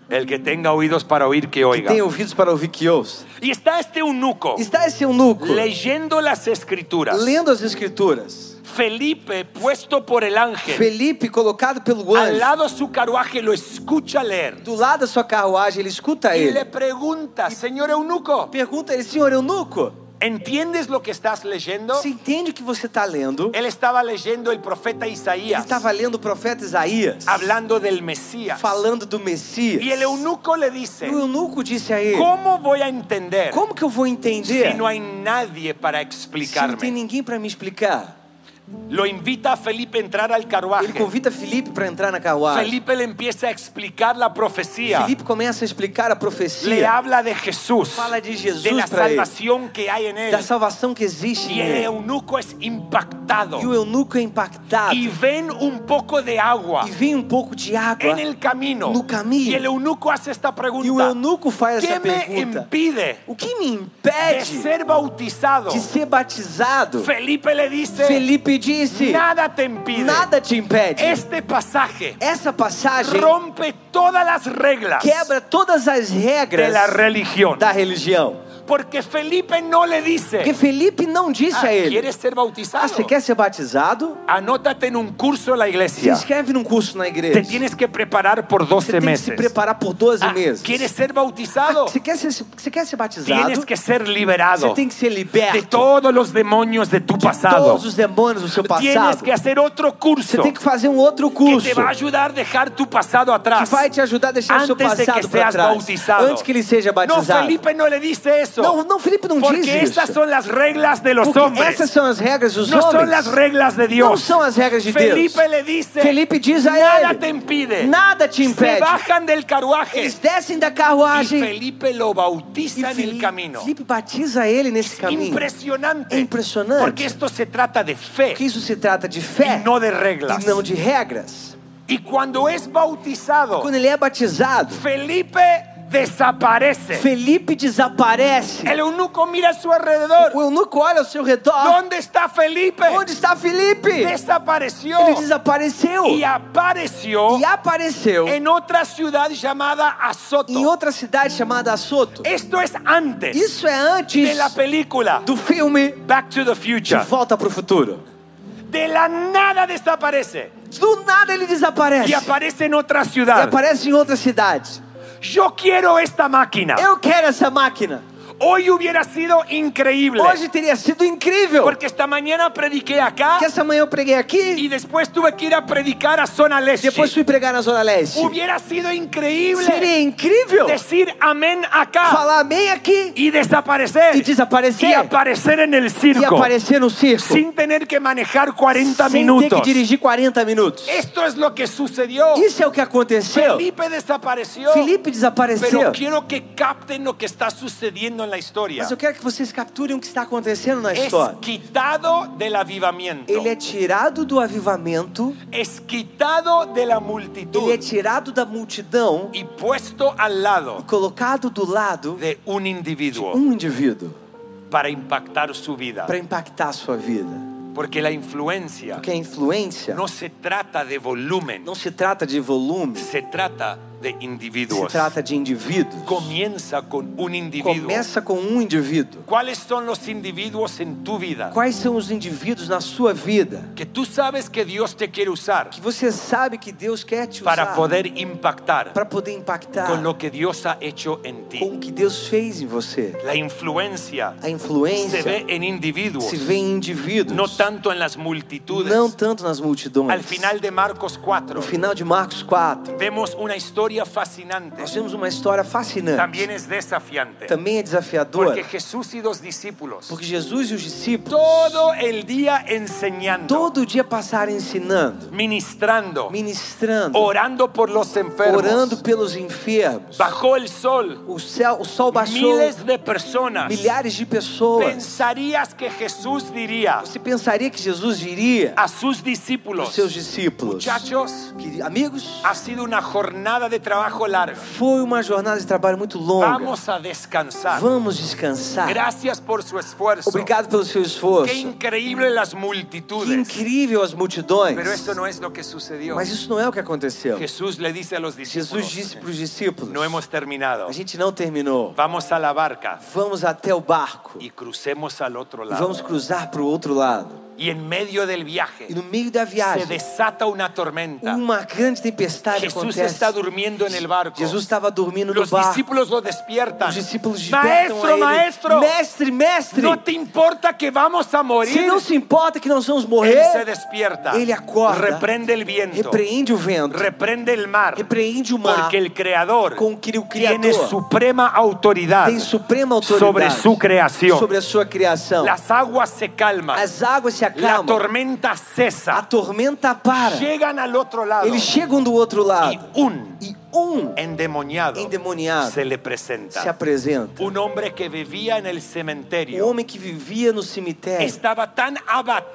S2: El que tenga oídos para oír, que
S3: que
S2: oiga.
S3: têm ouvidos para ouvir que ouça.
S2: Y está este eunuco
S3: Está esse eunuco
S2: leyendo las escrituras.
S3: lendo as escrituras.
S2: Felipe, puesto por el ángel,
S3: Felipe, colocado pelo
S2: al
S3: anjo,
S2: lado su carruaje, lo escucha leer.
S3: do lado da sua carruagem, ele escuta
S2: Y le
S3: ele.
S2: pregunta, señor eunuco,
S3: Pergunta a ele, senhor eunuco,
S2: ¿entiendes lo que estás leyendo?
S3: você entende o que você está lendo?
S2: Él estaba leyendo el profeta
S3: Ele
S2: Isaías,
S3: estava lendo o profeta Isaías,
S2: hablando del Mesías.
S3: falando do Messias.
S2: Y el eunuco le
S3: E é
S2: dice,
S3: o eunuco disse a ele,
S2: ¿cómo voy a entender
S3: como que eu vou
S2: si
S3: entender
S2: no hay nadie para
S3: se não tem
S2: explicarme?
S3: ninguém para me explicar?
S2: Lo invita a Felipe a entrar al carruaje.
S3: Ele convida Felipe para entrar na carruagem.
S2: Felipe le empieza a explicar la profecía.
S3: Felipe começa a explicar a
S2: le
S3: profecia
S2: habla de Jesús,
S3: Fala de Jesús
S2: de la
S3: pra ele.
S2: salvación que hay en él.
S3: da salvação que existe
S2: Y
S3: em
S2: el
S3: ele. é
S2: eunuco es impactado.
S3: E o eunuco é impactado.
S2: Y ven un poco de agua
S3: E vem um pouco de água.
S2: en el camino.
S3: No camino.
S2: Y el eunuco hace esta
S3: E o
S2: pregunta:
S3: eunuco faz
S2: ¿Qué
S3: essa
S2: me
S3: pergunta.
S2: impide
S3: O que me
S2: de
S3: impede
S2: ser bautizado?
S3: de ser batizado?
S2: Felipe le dice:
S3: Felipe disse,
S2: Nada te impide.
S3: nada te impede.
S2: Este pasaje
S3: Essa passagem
S2: rompe todas las reglas
S3: quebra todas as
S2: de
S3: regras
S2: la religión.
S3: da religião.
S2: Porque Felipe no le dice:
S3: Porque Felipe não disse
S2: "Ah,
S3: a ele,
S2: ¿Quieres ser bautizado?
S3: ah, você quer ser batizado?
S2: Anótate en un curso en la
S3: Se
S2: iglesia.
S3: inscreve num curso na
S2: Te
S3: igreja.
S2: tienes que preparar por
S3: Você
S2: 12
S3: tem que se
S2: meses.
S3: preparar por 12
S2: Ah,
S3: meses. Ah,
S2: ¿Quieres ser bautizado?
S3: Você quer ser, você quer ser batizado?
S2: Tienes que ser liberado
S3: Você tem que ser
S2: de
S3: liberto
S2: todos los demonios de tu pasado.
S3: todos os demônios do seu
S2: Tienes
S3: passado.
S2: que hacer otro
S3: Você
S2: curso
S3: tem que fazer um outro
S2: que
S3: curso
S2: te va a ayudar a dejar tu pasado
S3: que
S2: atrás.
S3: vai te ajudar a deixar o seu
S2: Antes de que
S3: passado para
S2: seas
S3: trás.
S2: bautizado.
S3: Antes que ele seja
S2: No,
S3: batizado.
S2: Felipe no le dice eso.
S3: não, não, Felipe não diz
S2: porque
S3: isso.
S2: estas son las reglas de los
S3: Porque
S2: hombres.
S3: essas são as regras dos
S2: No
S3: homens.
S2: son las reglas de Dios.
S3: Não são as regras de
S2: Felipe é
S3: Deus.
S2: le dice,
S3: Felipe dice a
S2: nada
S3: él,
S2: te impide.
S3: nada
S2: Se
S3: te impede.
S2: bajan del carruaje.
S3: Eles descem da
S2: y
S3: carruagem
S2: Felipe lo
S3: e
S2: bautiza en el
S3: Felipe,
S2: camino.
S3: Felipe batiza ele nesse caminho.
S2: Impresionante.
S3: Impresionante.
S2: Porque esto se trata de fe
S3: Porque isso se trata de
S2: y
S3: fé
S2: no de reglas.
S3: e não de regras.
S2: Y cuando es bautizado,
S3: Quando ele é batizado,
S2: Felipe desaparece.
S3: Felipe desaparece.
S2: El eunuco mira a su alrededor.
S3: O eunuco olha ao seu redor.
S2: ¿Dónde está Felipe?
S3: Onde está Felipe?
S2: Desapareció.
S3: Ele desapareceu.
S2: Y apareció
S3: E apareceu
S2: en otra ciudad llamada Azoto.
S3: em outra cidade chamada Assoto.
S2: Esto es antes
S3: Isso é
S2: de
S3: antes
S2: la película
S3: do filme
S2: Back to the
S3: De
S2: Future.
S3: Volta para o Futuro.
S2: De la nada desaparece.
S3: Do nada ele desaparece.
S2: y aparece en otra
S3: E
S2: ciudad.
S3: aparece em outra cidade.
S2: Yo quiero esta máquina.
S3: Eu quero essa máquina.
S2: Hoy hubiera sido increíble.
S3: Hoje teria sido incrível.
S2: Porque esta mañana prediqué acá
S3: Que essa manhã eu preguei aqui.
S2: y después tuve que ir a predicar a Zona Leste.
S3: Depois fui pregar na Zona Leste.
S2: Hubiera sido increíble
S3: Seria incrível
S2: decir amén acá
S3: falar bem aqui
S2: y desaparecer.
S3: E desaparecer.
S2: Y aparecer en el
S3: e
S2: circo.
S3: aparecer no circo.
S2: Sin tener que manejar 40
S3: sem ter
S2: minutos.
S3: que dirigir 40 minutos.
S2: Esto es lo que sucedió.
S3: Isso é o que aconteceu.
S2: Felipe desapareció.
S3: Felipe desapareceu.
S2: Pero quiero que capten lo que está sucediendo en la historia
S3: Mas eu quero que vocês capturem o que está acontecendo na
S2: es
S3: história.
S2: quitado del avivamiento,
S3: Ele é tirado do avivamento,
S2: es quitado de la
S3: ele é
S2: multitud
S3: tirado da multidão
S2: y puesto al lado
S3: e colocado do lado
S2: de un individuo
S3: um indivíduo
S2: para impactar su vida.
S3: para impactar a sua vida.
S2: Porque la influencia
S3: Porque a influência
S2: no se trata de volumen,
S3: não se trata de volume,
S2: se trata de
S3: se
S2: individuos.
S3: trata de indivíduos.
S2: Comienza con un individuo.
S3: Começa com um indivíduo.
S2: ¿Cuáles son los individuos en tu vida
S3: Quais são os indivíduos na sua vida
S2: que tú sabes que Dios te quiere usar
S3: que você sabe que Deus quer te usar
S2: para poder impactar
S3: para poder impactar
S2: con lo que Dios ha hecho en
S3: com
S2: ti?
S3: o que Deus fez em você?
S2: La influencia
S3: A
S2: se
S3: influência
S2: ve en individuos,
S3: se vê em indivíduos,
S2: no tanto en las multitudes.
S3: não tanto nas multidões.
S2: Al final de Marcos
S3: no
S2: 4
S3: final de Marcos 4,
S2: vemos una historia fascinante.
S3: nós vemos uma história fascinante.
S2: También es desafiante.
S3: Também é desafiadora.
S2: Porque Jesús y dos discípulos
S3: Porque Jesus e os discípulos
S2: todo el día enseñando,
S3: todo dia passaram ensinando,
S2: ministrando,
S3: ministrando,
S2: orando por los enfermos.
S3: orando pelos enfermos.
S2: Bajó el sol.
S3: O céu, o sol baixou,
S2: Miles de personas.
S3: milhares de pessoas.
S2: Pensarías que Jesús diría
S3: Você pensaria que Jesus diria
S2: a sus
S3: aos
S2: discípulos,
S3: seus discípulos,
S2: muchachos,
S3: que, amigos,
S2: ha sido una jornada de trabajo larga.
S3: foi uma jornada de trabalho muito longa.
S2: Vamos a descansar.
S3: Vamos descansar.
S2: Gracias por su esfuerzo.
S3: Obrigado pelo seu esforço.
S2: Qué increíble las
S3: Que
S2: multitudes.
S3: incrível as multidões.
S2: é. Pero esto no es lo que sucedió.
S3: Mas isso não é o que aconteceu.
S2: Jesús le dice "Pues, a los
S3: Jesus
S2: discípulos,
S3: disse para os discípulos:
S2: no hemos terminado.
S3: A gente não terminou.
S2: Vamos a la barca
S3: Vamos até o barco e
S2: y crucemos al otro
S3: vamos
S2: lado.
S3: cruzar para o outro lado.
S2: Y en medio del viaje
S3: E no meio da
S2: se
S3: viagem,
S2: desata una tormenta.
S3: uma grande tempestade
S2: Jesús
S3: acontece.
S2: Tá. está durmiendo en el barco.
S3: Jesus estava dormindo no
S2: Los
S3: barco.
S2: discípulos lo despiertan.
S3: Os discípulos despertam a
S2: Maestro,
S3: ele.
S2: maestro,
S3: Mestre, mestre,
S2: ¿no te importa que vamos a
S3: você
S2: morir?
S3: não se importa que nós vamos
S2: Él
S3: morrer?
S2: se despierta.
S3: Ele acorda.
S2: Reprende el viento.
S3: Repreende o vento.
S2: Reprende el mar.
S3: Repreende o mar.
S2: Porque el creador
S3: Com que o Criador
S2: tiene suprema autoridad
S3: tem suprema autoridade
S2: sobre su creación.
S3: sobre a sua criação.
S2: Las aguas se calman.
S3: As águas se
S2: La
S3: acalmam.
S2: tormenta
S3: A
S2: cesa.
S3: tormenta para.
S2: Llegan al otro lado.
S3: Eles chegam do outro
S2: Y
S3: lado.
S2: un
S3: E um
S2: endemoniado
S3: endemoniado
S2: se le
S3: se
S2: presenta.
S3: apresenta.
S2: Un homem que vivia en el
S3: O
S2: cementerio
S3: homem que vivia no cemitério.
S2: estaba tan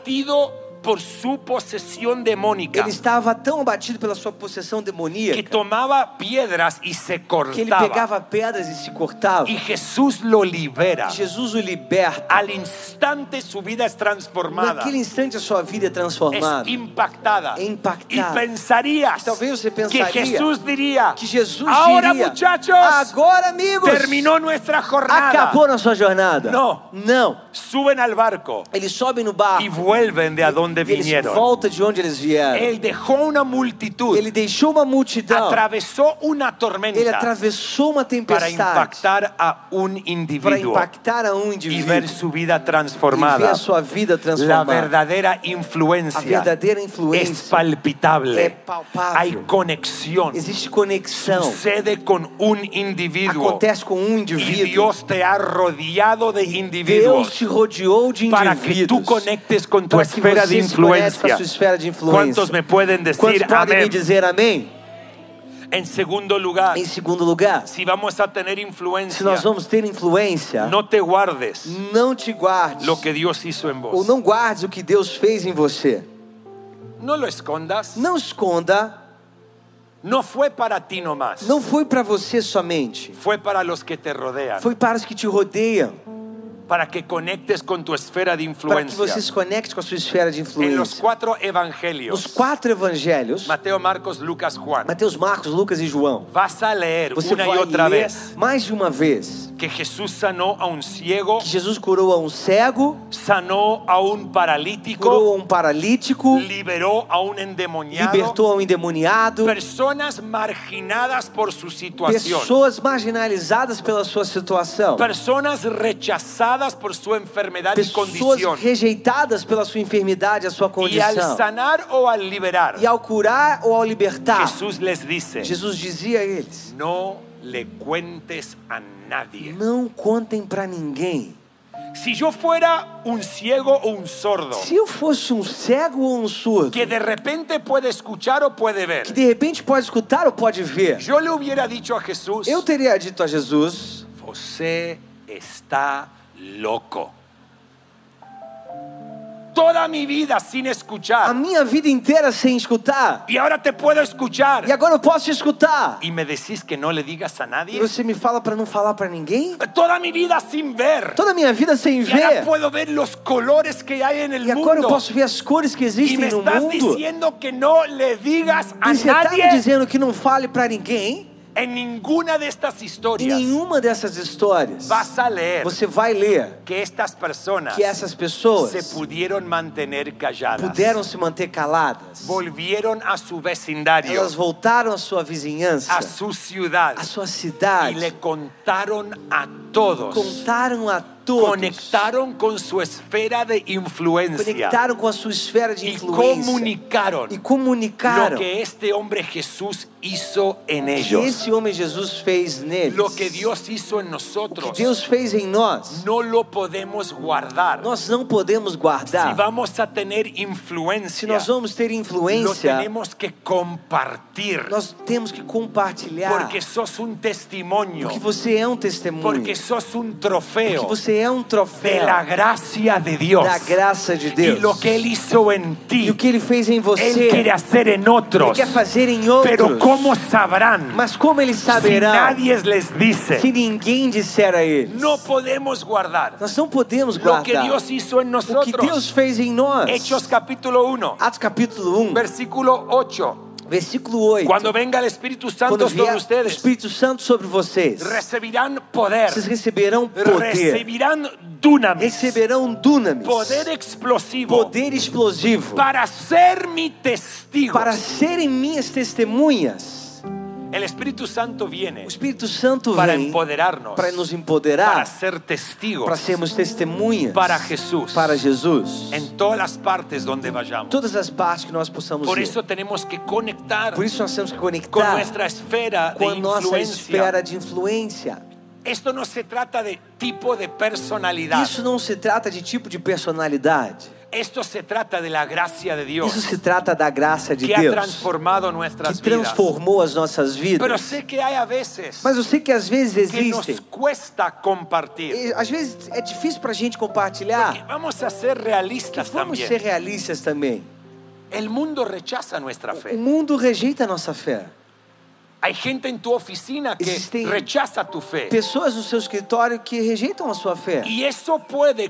S2: abatido por su posesión demónica
S3: Ele estava tão abatido pela sua possessão
S2: que
S3: demoníaca
S2: tomaba piedras y se
S3: que ele
S2: cortaba.
S3: pegava pedras e se cortava.
S2: Y Jesús lo libera.
S3: Jesus o liberta.
S2: Al instante su vida es transformada,
S3: Naquele instante a sua vida é
S2: es
S3: transformada.
S2: impactada.
S3: É E impactada.
S2: Y pensarías
S3: Talvez você
S2: que
S3: pensaria
S2: Jesús diría,
S3: Que "Ah, Jesus
S2: ahora
S3: diria,
S2: muchachos,
S3: agora amigos,
S2: terminó nuestra jornada.
S3: acabou na sua jornada.
S2: Não.
S3: Não.
S2: Suben al barco
S3: Eles sobem no barco.
S2: y vuelven de a donde
S3: E eles
S2: vinieron.
S3: voltam de onde eles vieram.
S2: Él dejó una multitud,
S3: Ele deixou uma multidão.
S2: atravesó una
S3: Ele
S2: tormenta
S3: atravessou
S2: para
S3: uma tempestade
S2: impactar a un
S3: para
S2: individuo
S3: impactar a um
S2: y
S3: indivíduo
S2: ver su vida
S3: e ver
S2: transformada.
S3: a sua vida
S2: La
S3: transformada.
S2: verdadera influencia
S3: A verdadeira
S2: es
S3: influência
S2: palpitable.
S3: Es palpable.
S2: Hay conexión.
S3: existe conexão.
S2: Sucede con un individuo.
S3: Acontece com um
S2: Y
S3: indivíduo.
S2: Dios te ha rodeado de
S3: Deus
S2: individuos
S3: te rodeou de
S2: para que
S3: indivíduos.
S2: tú conectes con tu
S3: para que
S2: esfera de
S3: você se conecte com a
S2: influencia.
S3: sua esfera de influência.
S2: ¿Cuántos me pueden
S3: Quantos
S2: decir
S3: podem me
S2: amén?
S3: dizer amém?
S2: En segundo lugar,
S3: Em segundo lugar,
S2: si vamos a tener
S3: se
S2: influencia,
S3: nós vamos ter influência,
S2: no te guardes
S3: não te guarde
S2: lo que Dios hizo en
S3: ou
S2: vos.
S3: não guarde o que Deus fez em você.
S2: No lo escondas.
S3: Não esconda,
S2: No fue para ti nomás.
S3: não foi para você somente.
S2: Fue para los que te rodean.
S3: Foi para os que te rodeiam,
S2: para que conectes con tu esfera de
S3: para que
S2: influencia.
S3: você se conecte com a sua esfera de
S2: En los
S3: influência.
S2: cuatro evangelios,
S3: Nos quatro evangelhos,
S2: Mateo, Marcos, Lucas, Juan,
S3: Mateus, Marcos, Lucas e João,
S2: vas a leer
S3: você
S2: una y
S3: vai
S2: otra
S3: ler
S2: vez
S3: mais de uma vez
S2: que Jesús sanó a un ciego,
S3: que Jesus curou a um cego,
S2: sanó a un
S3: curou
S2: paralítico,
S3: a um paralítico,
S2: liberó a un endemoniado,
S3: libertou a um endemoniado,
S2: personas marginadas por su situación,
S3: pessoas marginalizadas pela sua situação,
S2: personas rechazadas por su enfermedad y condición.
S3: pessoas rejeitadas pela sua enfermidade, a sua
S2: Y al
S3: condição.
S2: sanar o al liberar,
S3: E ao curar ou ao libertar,
S2: Jesús les dice,
S3: Jesus dizia a eles:
S2: no le cuentes a nadie.
S3: Não contem para ninguém.
S2: Si yo fuera un ciego o un sordo
S3: Se eu fosse um cego ou um surdo,
S2: que de repente puede escuchar o puede
S3: que
S2: ver,
S3: de repente pode escutar ou pode ver,
S2: yo le hubiera dicho a Jesús,
S3: eu teria dito a Jesus:
S2: Você está loco. Toda mi vida sin
S3: A
S2: escuchar.
S3: minha vida inteira sem escutar.
S2: Y ahora te puedo escuchar.
S3: E agora eu posso escutar.
S2: Y me decís que no le digas a
S3: E
S2: nadie.
S3: você me fala pra não falar pra ninguém?
S2: Toda mi vida sin ver.
S3: Toda a minha vida sem
S2: Y ahora
S3: ver.
S2: puedo ver los colores que hay en
S3: E
S2: el
S3: agora eu
S2: mundo.
S3: posso ver as cores que
S2: Y
S3: existem
S2: me
S3: no
S2: estás
S3: mundo.
S2: diciendo que no le digas a
S3: E você tá me
S2: nadie
S3: dizendo que não fale pra ninguém?
S2: en ninguna de estas
S3: Em
S2: historias.
S3: nenhuma dessas histórias
S2: Vas a leer
S3: você vai ler
S2: que estas personas
S3: que essas
S2: se
S3: pessoas
S2: pudieron mantener calladas.
S3: puderam se manter caladas.
S2: Volvieron a su vecindario,
S3: Elas voltaram à sua vizinhança,
S2: a su ciudad
S3: à sua
S2: y le
S3: cidade,
S2: contaron a todos.
S3: contaram a todos,
S2: Conectaron con su esfera de influencia
S3: conectaram com a sua esfera de
S2: y
S3: influência
S2: comunicaron
S3: e
S2: lo
S3: comunicaram
S2: que este hombre Jesús hizo en
S3: que
S2: ellos.
S3: esse homem Jesus fez neles.
S2: Lo que Dios hizo en
S3: que
S2: nosotros
S3: Deus fez em nós,
S2: no lo podemos guardar.
S3: nós não podemos
S2: Si
S3: guardar.
S2: vamos a tener
S3: Se
S2: influencia,
S3: nós vamos ter
S2: lo
S3: influência,
S2: tenemos que compartir.
S3: nós temos que compartilhar.
S2: Porque sos un testimonio.
S3: Porque você é um testemunho.
S2: Porque sos un
S3: Porque
S2: trofeo
S3: você é um
S2: de
S3: troféu
S2: la gracia de Dios.
S3: da graça de
S2: Y
S3: Deus.
S2: lo que Él hizo en
S3: E
S2: ti,
S3: o que ele fez em
S2: Él
S3: você,
S2: quiere hacer en
S3: ele
S2: otros.
S3: quer fazer em
S2: Pero
S3: outros.
S2: ¿cómo sabrán?
S3: Mas como eles
S2: Si
S3: saberão
S2: nadie les dice,
S3: se ninguém disser a eles?
S2: no podemos guardar
S3: Nós não podemos
S2: lo que
S3: guardar
S2: Dios hizo en
S3: o que Deus
S2: nosotros.
S3: fez em nós.
S2: Hechos capítulo 1,
S3: Atos capítulo 1,
S2: versículo 8.
S3: versículo 8.
S2: Cuando venga el Espíritu Santo
S3: quando
S2: sobre
S3: vier o
S2: ustedes,
S3: Espírito Santo sobre vocês,
S2: recibirán poder.
S3: vocês receberão poder,
S2: Recibirán dunamis.
S3: receberão dunamis,
S2: Poder explosivo
S3: poder explosivo,
S2: para ser mi testigo.
S3: para serem minhas testemunhas.
S2: El Espíritu Santo viene
S3: O Espírito Santo
S2: para
S3: vem
S2: empoderarnos,
S3: para nos
S2: para
S3: empoderar,
S2: ser testigos
S3: para sermos testemunhas
S2: para Jesús.
S3: para Jesus, em
S2: en todas las partes donde vayamos.
S3: todas as partes que nós possamos
S2: Por
S3: ir.
S2: eso tenemos que conectar
S3: Por isso nós temos que
S2: con
S3: conectar
S2: nuestra esfera
S3: com
S2: de
S3: a nossa
S2: influencia.
S3: esfera de influência.
S2: Esto no se trata de tipo de personalidad.
S3: Isso não se trata de tipo de personalidade.
S2: Esto se trata de la gracia de Dios
S3: Isso se trata da graça de
S2: que ha
S3: Deus.
S2: transformado
S3: que
S2: nuestras vidas.
S3: transformou as nossas
S2: Pero
S3: vidas.
S2: sé que hay a veces
S3: Mas eu sei que às vezes
S2: que nos
S3: existem.
S2: cuesta compartir.
S3: e Às vezes é difícil para a gente compartilhar.
S2: Vamos a ser
S3: Que
S2: realistas
S3: vamos ser
S2: también.
S3: realistas também.
S2: El mundo rechaza nuestra
S3: O
S2: fe.
S3: mundo rejeita a nossa fé.
S2: Hay gente en tu oficina que
S3: Existen-
S2: rechaza tu fe.
S3: Pessoas no seu escritório que rejeitam a sua fé.
S2: Y eso puede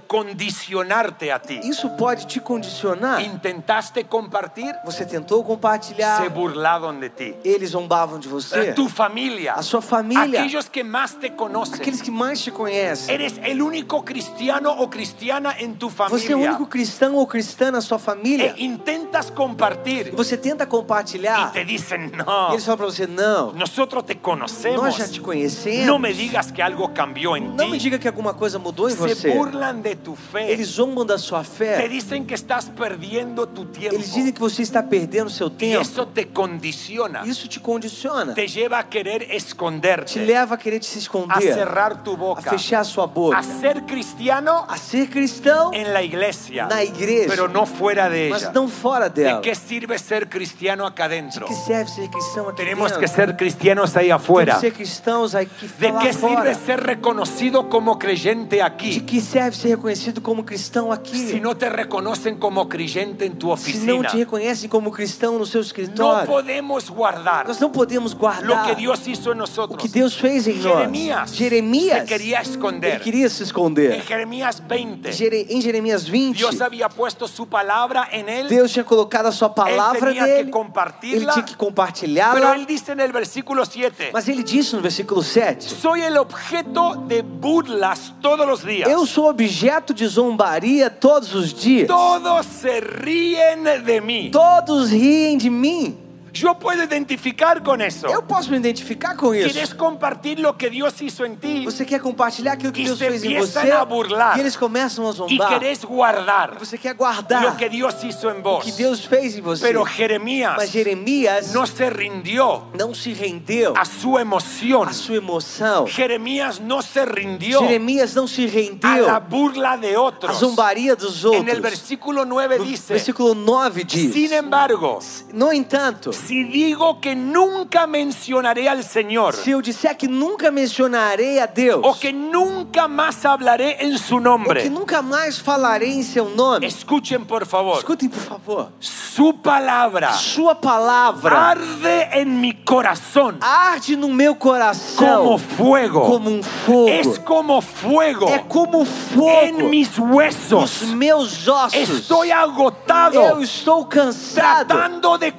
S2: condicionarte a ti.
S3: Isso pode te condicionar.
S2: Intentaste compartir,
S3: Você tentou compartilhar,
S2: se burlaron de ti.
S3: eles zombavam de você.
S2: É Tu familia,
S3: A sua família.
S2: aquellos que más te conocen.
S3: Aqueles que mais te conhecem.
S2: Eres el único cristiano o cristiana en tu
S3: Você é o
S2: familia.
S3: único cristão ou cristã na sua família.
S2: E intentas compartir
S3: E você tenta
S2: y
S3: compartilhar.
S2: te dicen
S3: E
S2: no.
S3: eles falam pra você: não,
S2: Nosotros te
S3: nós
S2: conocemos.
S3: já te conhecemos.
S2: No me digas que algo cambió en
S3: Não me
S2: ti.
S3: diga que alguma coisa mudou em
S2: Se
S3: você.
S2: burlan de tu fe.
S3: Eles zombam da sua
S2: Te
S3: fé.
S2: dicen que estás perdiendo tu tiempo.
S3: Eles dizem que você está perdendo seu
S2: y
S3: tempo.
S2: eso te condiciona.
S3: Isso te condiciona.
S2: Te lleva a querer
S3: Te
S2: esconderte.
S3: leva a querer te se
S2: A
S3: esconder.
S2: cerrar tu
S3: A
S2: boca.
S3: fechar a sua boca.
S2: A ser cristiano
S3: A ser cristão,
S2: en la iglesia.
S3: Na igreja.
S2: Pero no fuera de
S3: mas
S2: ella.
S3: não fora
S2: ¿De
S3: dela.
S2: qué sirve ser cristiano acá adentro?
S3: De que serve ser cristão aqui
S2: Tenemos
S3: dentro?
S2: que ser cristianos ahí
S3: Temos
S2: afuera.
S3: que ser cristãos aqui
S2: ¿De
S3: lá
S2: qué
S3: fora.
S2: sirve ser reconocido como creyente
S3: De
S2: aquí?
S3: que serve ser reconhecido como cristão aqui?
S2: Si no te reconocen como creyente en tu
S3: Se não
S2: oficina.
S3: te reconhecem como cristão no seu
S2: No
S3: escritório,
S2: podemos guardar
S3: nós não podemos
S2: lo
S3: guardar
S2: que Dios hizo en
S3: o
S2: nosotros.
S3: que Deus fez em
S2: Jeremías,
S3: nós. Jeremias
S2: se quería
S3: ele
S2: esconder.
S3: queria se
S2: En
S3: esconder.
S2: Jeremías 20,
S3: Jere- Em Jeremias 20,
S2: Dios había puesto su palabra en él,
S3: Deus tinha colocado a sua palavra
S2: Él tenía que
S3: nele, ele
S2: compartirla,
S3: tinha que
S2: pero
S3: compartilhá-la.
S2: él dice en el versículo 7,
S3: Mas ele disse no versículo 7:
S2: soy el objeto de burlas todos los días.
S3: Eu sou objeto de zombaria todos os dias.
S2: Todos se ríen de mim.
S3: Todos riem de mim.
S2: Yo puedo identificar con eso.
S3: Eu posso me identificar com
S2: Quieres
S3: isso.
S2: compartir lo que Dios hizo en ti
S3: Você quer compartilhar aquilo que
S2: E
S3: Deus
S2: se
S3: fez em
S2: empiezan
S3: você
S2: a burlar.
S3: e eles começam a
S2: y
S3: zombar.
S2: querés guardar
S3: Você quer guardar
S2: lo que Dios hizo en vos.
S3: que Deus fez em você.
S2: Pero Jeremías
S3: Mas Jeremias
S2: no se rindió
S3: não se rendeu
S2: a su emoción.
S3: à sua emoção.
S2: Jeremías no se rindió
S3: Jeremias não se
S2: a
S3: rendeu
S2: la burla de
S3: à
S2: otros.
S3: zombaria dos
S2: En el
S3: outros.
S2: versículo 9
S3: No
S2: dice,
S3: versículo 9 diz:
S2: sin embargo,
S3: No entanto,
S2: si digo que nunca mencionaré al Señor
S3: Se eu disser que nunca mencionarei a Deus,
S2: o que nunca más hablaré en su
S3: ou que
S2: nombre,
S3: nunca mais falarei em seu nome,
S2: escuchen por favor,
S3: escutem por favor,
S2: su palabra
S3: sua palavra
S2: arde en mi corazón
S3: arde no meu
S2: como
S3: coração
S2: fuego.
S3: como um fogo.
S2: Es como fuego
S3: É como
S2: en
S3: fogo
S2: mis
S3: nos
S2: huesos.
S3: meus ossos.
S2: Estoy agotado
S3: Eu estou cansado
S2: tratando de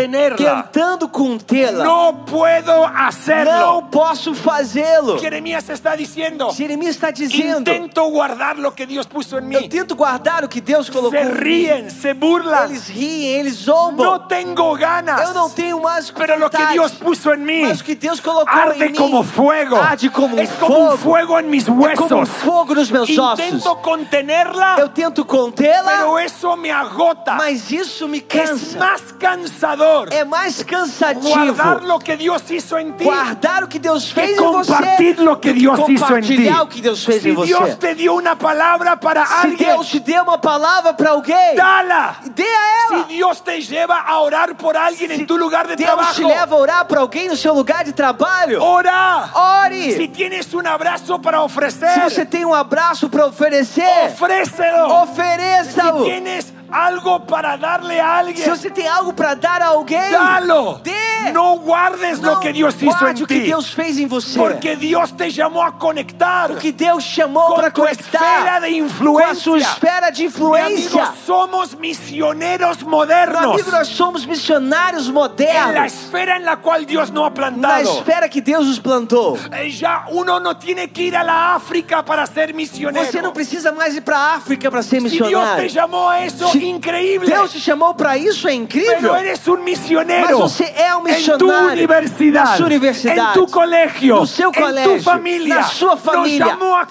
S2: contenerla.
S3: tentando contê-la.
S2: No puedo hacerlo.
S3: Não posso fazê-lo.
S2: Jeremías está diciendo,
S3: Jeremias está dizendo:
S2: intento guardar lo que Dios puso en
S3: Eu
S2: mí.
S3: tento guardar o que Deus colocou.
S2: Se
S3: em mim.
S2: ríen, se burlan.
S3: Eles riem, eles zombam.
S2: No tengo
S3: Eu não
S2: ganas.
S3: tenho mais
S2: Pero lo tá. que
S3: vontade.
S2: Dios puso en mí
S3: Mas o que Deus colocou em
S2: arde
S3: mim
S2: como fuego.
S3: arde como um
S2: Es como un
S3: fogo.
S2: fuego en mis
S3: É como um
S2: huesos.
S3: fogo nos meus ossos.
S2: Intento contenerla.
S3: Eu tento contê-la,
S2: Pero é. eso me agota.
S3: mas isso me
S2: Es
S3: cansa.
S2: más cansador
S3: É mais cansativo
S2: guardar lo que Dios hizo en ti
S3: guardar o que Deus
S2: que
S3: fez em você
S2: compartir lo que Dios hizo en ti.
S3: compartilhar o que Deus fez
S2: Si
S3: em você.
S2: Dios te dio una palabra para
S3: Se
S2: alguien,
S3: Deus te deu uma palavra para alguém,
S2: dala.
S3: dê a
S2: Si
S3: ela.
S2: Dios te lleva a orar por alguien en tu lugar de
S3: Deus te
S2: trabajo,
S3: leva a orar para alguém no seu lugar de trabalho.
S2: ora. Si
S3: Ore.
S2: tienes un abrazo para
S3: Se oh, você
S2: ofrecer,
S3: tem um abraço para oferecer,
S2: ofrécelo. Si
S3: ofereça-o.
S2: tienes algo para darle a
S3: Se
S2: alguien,
S3: você tem algo para dar a alguém,
S2: dalo.
S3: dê.
S2: No guardes
S3: Não
S2: lo que Dios hizo en
S3: guarde o que
S2: ti.
S3: Deus fez em você.
S2: Porque Dios te llamó a conectar
S3: O que Deus chamou
S2: con
S3: para
S2: tu esfera de
S3: conectar com a sua
S2: influencia.
S3: esfera de
S2: Mi amigo,
S3: influência.
S2: somos misioneros
S3: Meu
S2: modernos
S3: amigo, nós somos missionários
S2: en la
S3: modernos
S2: esfera en la cual Dios no ha
S3: na
S2: plantado.
S3: esfera que Deus nos plantou.
S2: Eh, Ya uno no tiene que ir a la África para ser misionero.
S3: Você não precisa mais ir para a África para ser
S2: si Dios te
S3: missionário.
S2: llamó a eso,
S3: Si
S2: increíble.
S3: Deus te chamou para isso, é incrível.
S2: Pero eres un
S3: Mas
S2: misionero.
S3: você é um
S2: en tu
S3: missionário na
S2: universidad,
S3: sua
S2: en
S3: universidade.
S2: tu colegio,
S3: no seu
S2: en
S3: colégio,
S2: tu familia,
S3: na sua família.
S2: nos llamó a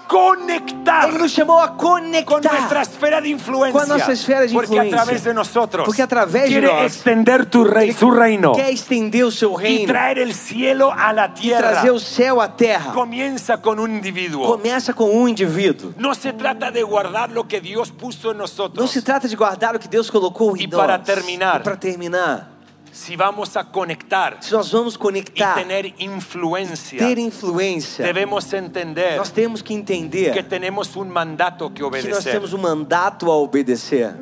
S2: conectar
S3: Ele nos chamou a
S2: con nuestra
S3: conectar.
S2: esfera de influencia.
S3: Con nuestra esfera de
S2: porque
S3: influencia.
S2: a través de nosotros
S3: Porque a través de
S2: quiere
S3: nós,
S2: extender tu rei- su reino
S3: Quer estender o seu
S2: y
S3: reino,
S2: traer el cielo a la tierra.
S3: trazer o céu à terra.
S2: Comienza con un individuo.
S3: Começa com um indivíduo.
S2: no se trata de guardar lo que Dios puso en
S3: Não
S2: nosotros.
S3: se trata de guardar o que Deus colocou em
S2: E
S3: nós.
S2: para terminar.
S3: E para terminar,
S2: si vamos a conectar
S3: se nós vamos
S2: y
S3: conectar,
S2: tener influencia,
S3: ter influência,
S2: debemos entender
S3: nós temos que entender
S2: que tenemos un mandato que
S3: que nós
S2: obedecer.
S3: temos um mandato a obedecer.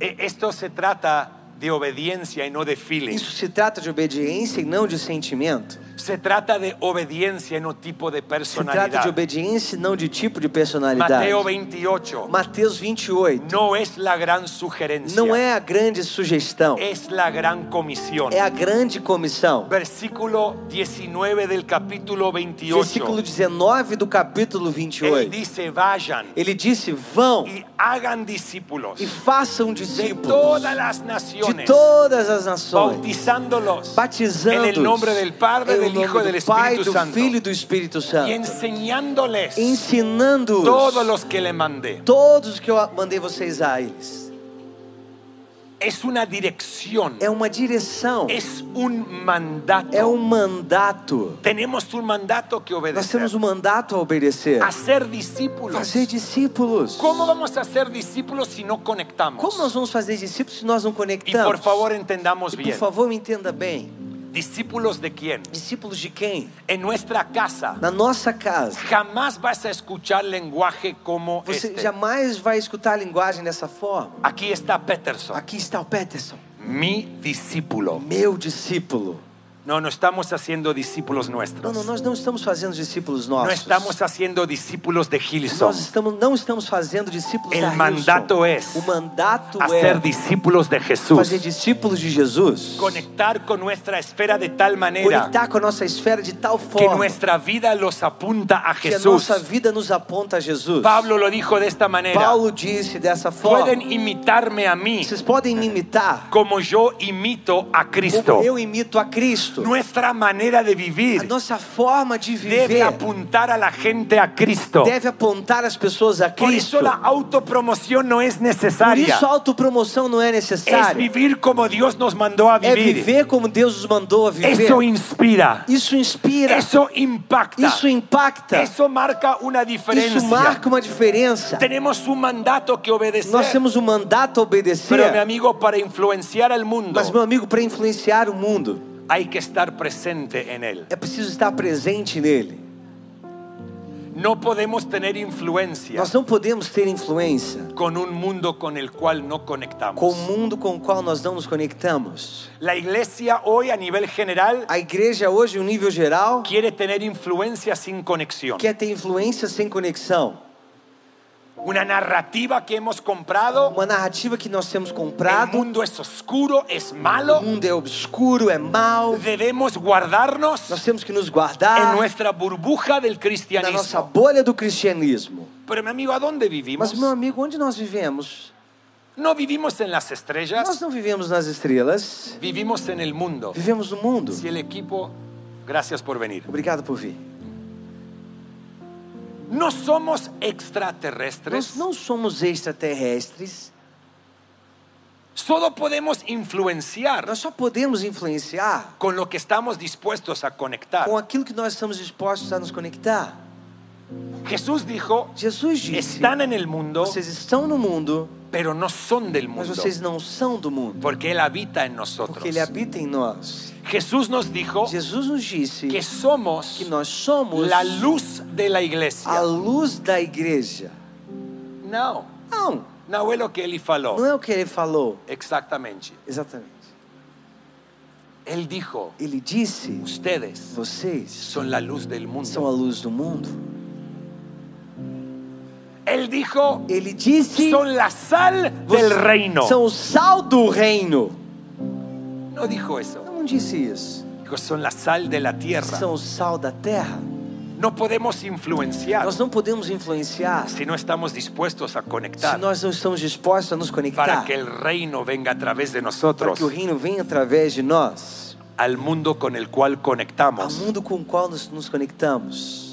S2: E- Esto se trata de obediencia y no de feeling.
S3: Isso se trata de obediência e não de sentimento.
S2: Se trata de obediencia y no tipo de
S3: Se trata de
S2: personalidad.
S3: obediência e não de tipo de personalidade.
S2: Mateo 28
S3: Mateus 28
S2: no es la gran sugerencia,
S3: não é a grande sugestão,
S2: es la gran comisión.
S3: é a grande comissão.
S2: Versículo 19 del capítulo 28.
S3: Versículo 19 do capítulo
S2: Él
S3: 28.
S2: dice, vayan
S3: Ele disse: Vão
S2: y hagan discípulos
S3: e façam
S2: de
S3: discípulos
S2: todas las
S3: de
S2: naciones,
S3: todas as nações,
S2: bautizándolos
S3: batizando
S2: en el nombre del Padre, del Hijo y del
S3: Pai,
S2: Espíritu
S3: do
S2: Santo
S3: Filho e do Espírito
S2: y
S3: Santo,
S2: enseñándoles
S3: ensinando
S2: todos los que le mandé.
S3: todos que eu mandei vocês a eles.
S2: Es una dirección,
S3: É uma direção,
S2: es un mandato.
S3: é um mandato.
S2: Tenemos un mandato que
S3: Nós
S2: obedecer. Assim
S3: temos um mandato a obedecer.
S2: Hacer discípulos.
S3: Fazer discípulos.
S2: ¿Cómo vamos a ser discípulos si no conectamos?
S3: Como nós vamos fazer discípulos se nós não
S2: Y
S3: conectamos?
S2: por favor entendamos
S3: E por
S2: bien.
S3: favor, me entenda bem.
S2: ¿Discípulos de quién?
S3: Discípulos de quem?
S2: En nuestra casa
S3: Na nossa casa.
S2: jamás vas a escuchar lenguaje como
S3: Você
S2: este.
S3: jamais vai escutar a linguagem dessa forma.
S2: Aquí está Peterson,
S3: Aqui está o Peterson,
S2: mi discípulo.
S3: meu discípulo.
S2: No, no estamos haciendo discípulos
S3: Não,
S2: nuestros.
S3: não, nós não estamos fazendo discípulos nossos.
S2: No estamos haciendo discípulos de Hilson.
S3: Nós estamos, não estamos fazendo discípulos
S2: El
S3: da Hilson.
S2: mandato es
S3: O mandato é
S2: Hacer discípulos de
S3: fazer
S2: Jesús.
S3: discípulos de Jesus.
S2: Conectar con nuestra esfera de tal manera
S3: Conectar com a nossa esfera de tal
S2: que é
S3: forma
S2: nuestra vida los apunta a
S3: que a
S2: Jesús.
S3: nossa vida nos aponta a Jesus.
S2: Pablo lo dijo de esta manera.
S3: Paulo disse dessa forma.
S2: Pueden imitarme a mí
S3: Vocês podem me imitar
S2: como yo imito a
S3: como
S2: Cristo.
S3: eu imito Ah, a Cristo. Cristo.
S2: Nuestra manera de
S3: A
S2: vivir
S3: nossa forma de
S2: debe
S3: viver
S2: apuntar a la gente a Cristo.
S3: deve apontar as pessoas a
S2: Por
S3: Cristo.
S2: eso la autopromoción no es
S3: Por
S2: necesaria.
S3: isso a autopromoção não é
S2: Es
S3: necessária.
S2: vivir como Dios nos mandó a
S3: É
S2: vivir.
S3: viver como Deus nos mandou
S2: É
S3: a viver.
S2: Eso inspira.
S3: Isso inspira.
S2: Eso impacta.
S3: Isso impacta.
S2: Eso marca una
S3: Isso
S2: diferencia.
S3: marca uma diferença.
S2: Tenemos un mandato que
S3: Nós
S2: obedecer.
S3: temos um mandato a obedecer.
S2: Pero mi amigo, para influenciar al mundo
S3: Mas, meu amigo, para influenciar o mundo,
S2: hay que estar presente en él.
S3: é preciso estar presente nele.
S2: No podemos tener influencia
S3: Nós não podemos ter influência
S2: con un mundo con el cual no
S3: com o
S2: conectamos.
S3: mundo com o qual nós não nos conectamos.
S2: La iglesia hoy a nivel general
S3: A igreja hoje, no nível geral,
S2: quiere tener influencia sin conexión.
S3: quer ter influência sem conexão.
S2: Una narrativa que hemos comprado.
S3: Uma narrativa que nós
S2: É
S3: temos
S2: El
S3: comprado,
S2: mundo es oscuro, es
S3: o
S2: malo.
S3: mundo é obscuro, é mau,
S2: Debemos guardarnos
S3: nós temos que nos
S2: en
S3: guardar
S2: nuestra burbuja del
S3: na nossa
S2: cristianismo.
S3: bolha do cristianismo.
S2: Pero mi amigo, ¿a dónde vivimos?
S3: Mas, meu amigo, onde nós vivemos?
S2: No vivimos en las
S3: Nós
S2: estrellas,
S3: não vivemos nas estrelas,
S2: vivimos en el mundo.
S3: vivemos no mundo.
S2: Si el equipo, gracias por venir.
S3: Obrigado por vir.
S2: No somos
S3: Nós
S2: extraterrestres,
S3: não somos extraterrestres,
S2: solo podemos influenciar
S3: nós só podemos influenciar
S2: con lo que estamos dispuestos a conectar.
S3: com aquilo que nós estamos dispostos a nos conectar.
S2: Jesús dijo,
S3: Jesus disse:
S2: están en el mundo,
S3: vocês estão no mundo,
S2: pero no son del
S3: mas
S2: mundo,
S3: vocês não são do mundo,
S2: porque Él habita en nosotros.
S3: porque Ele habita em nós.
S2: Jesús nos dijo
S3: Jesus nos disse
S2: que
S3: que
S2: somos
S3: nós somos
S2: la luz de la iglesia.
S3: a luz da igreja.
S2: Não,
S3: Não,
S2: não é o que ele falou.
S3: não é o que ele falou
S2: Exatamente.
S3: exatamente.
S2: Ele dijo,
S3: Ele disse:
S2: ustedes
S3: vocês
S2: son la luz del mundo.
S3: são a luz do mundo.
S2: Él dijo,
S3: Ele disse:
S2: son la sal
S3: "Vocês
S2: del reino.
S3: são o sal do reino.
S2: No dijo eso.
S3: Não disse isso.
S2: Dijo, son la sal de la tierra.
S3: São o sal da terra.
S2: No podemos influenciar
S3: Nós não podemos influenciar se
S2: si no estamos dispuestos a conectar
S3: nós não estamos dispostos a nos
S2: para
S3: conectar
S2: que el reino venga a través de
S3: para
S2: nosotros
S3: que o reino venha através de nós,
S2: al mundo con el cual
S3: ao
S2: conectamos.
S3: mundo com o qual nos, nos conectamos.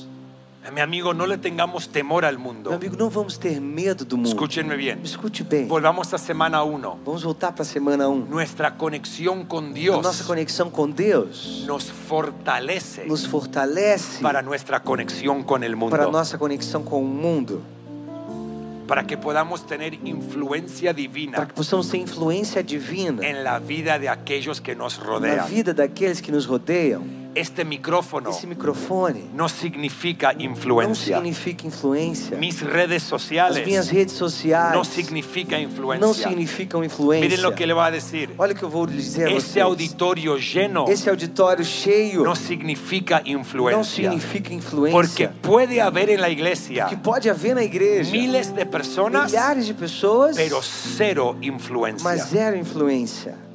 S2: Mi amigo, no le tengamos temor al
S3: Meu
S2: mundo.
S3: amigo, não vamos ter medo do mundo.
S2: Escúchenme bien.
S3: Me escute bem.
S2: Volvamos a semana 1.
S3: Vamos voltar para a semana 1.
S2: Nuestra conexión con
S3: A nossa
S2: Dios
S3: conexão com Deus
S2: nos fortalece
S3: nos fortalece
S2: para nuestra conexión con el
S3: para a
S2: mundo,
S3: nossa conexão com o mundo,
S2: para que podamos tener influencia
S3: para
S2: divina
S3: que possamos ter influência divina
S2: en la vida de aquellos que nos
S3: na
S2: rodean.
S3: vida daqueles que nos rodeiam.
S2: Este micrófono
S3: Esse microfone
S2: no significa
S3: não
S2: influencia.
S3: significa influência.
S2: Mis redes
S3: As minhas
S2: sociales
S3: redes
S2: no
S3: sociais
S2: significa
S3: não
S2: influencia.
S3: significam influência.
S2: Miren lo que le va a decir.
S3: Olha o que eu vou lhe dizer a
S2: Este
S3: vocês.
S2: auditorio lleno
S3: Esse auditório cheio
S2: no significa
S3: não
S2: influencia.
S3: significa
S2: Porque
S3: influência.
S2: puede haber en la iglesia
S3: que pode haver na igreja
S2: miles de personas,
S3: milhares de pessoas,
S2: pero cero
S3: mas
S2: influencia.
S3: zero influência.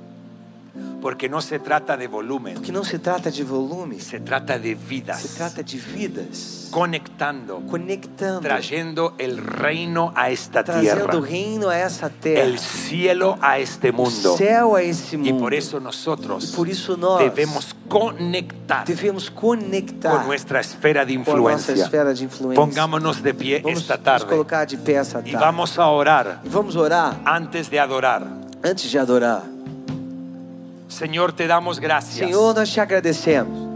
S2: Porque no se trata de volumen,
S3: Porque não se trata de volume,
S2: se trata de
S3: se
S2: vidas.
S3: trata de vidas.
S2: Conectando,
S3: Conectando,
S2: trayendo el reino a esta
S3: trazendo o
S2: tierra,
S3: reino a essa terra,
S2: el cielo a este
S3: o
S2: mundo.
S3: céu a esse
S2: Y
S3: mundo.
S2: por eso
S3: E
S2: nosotros
S3: por isso nós
S2: debemos conectar
S3: devemos
S2: con
S3: conectar
S2: nuestra esfera de
S3: com a nossa
S2: influencia.
S3: esfera de influência.
S2: Pongámonos de pie
S3: Vamos
S2: esta
S3: nos
S2: tarde
S3: colocar de pé essa
S2: y
S3: tarde.
S2: vamos a orar
S3: E vamos orar
S2: antes de adorar.
S3: antes de adorar.
S2: Señor, te damos gracias
S3: Senhor, nós te agradecemos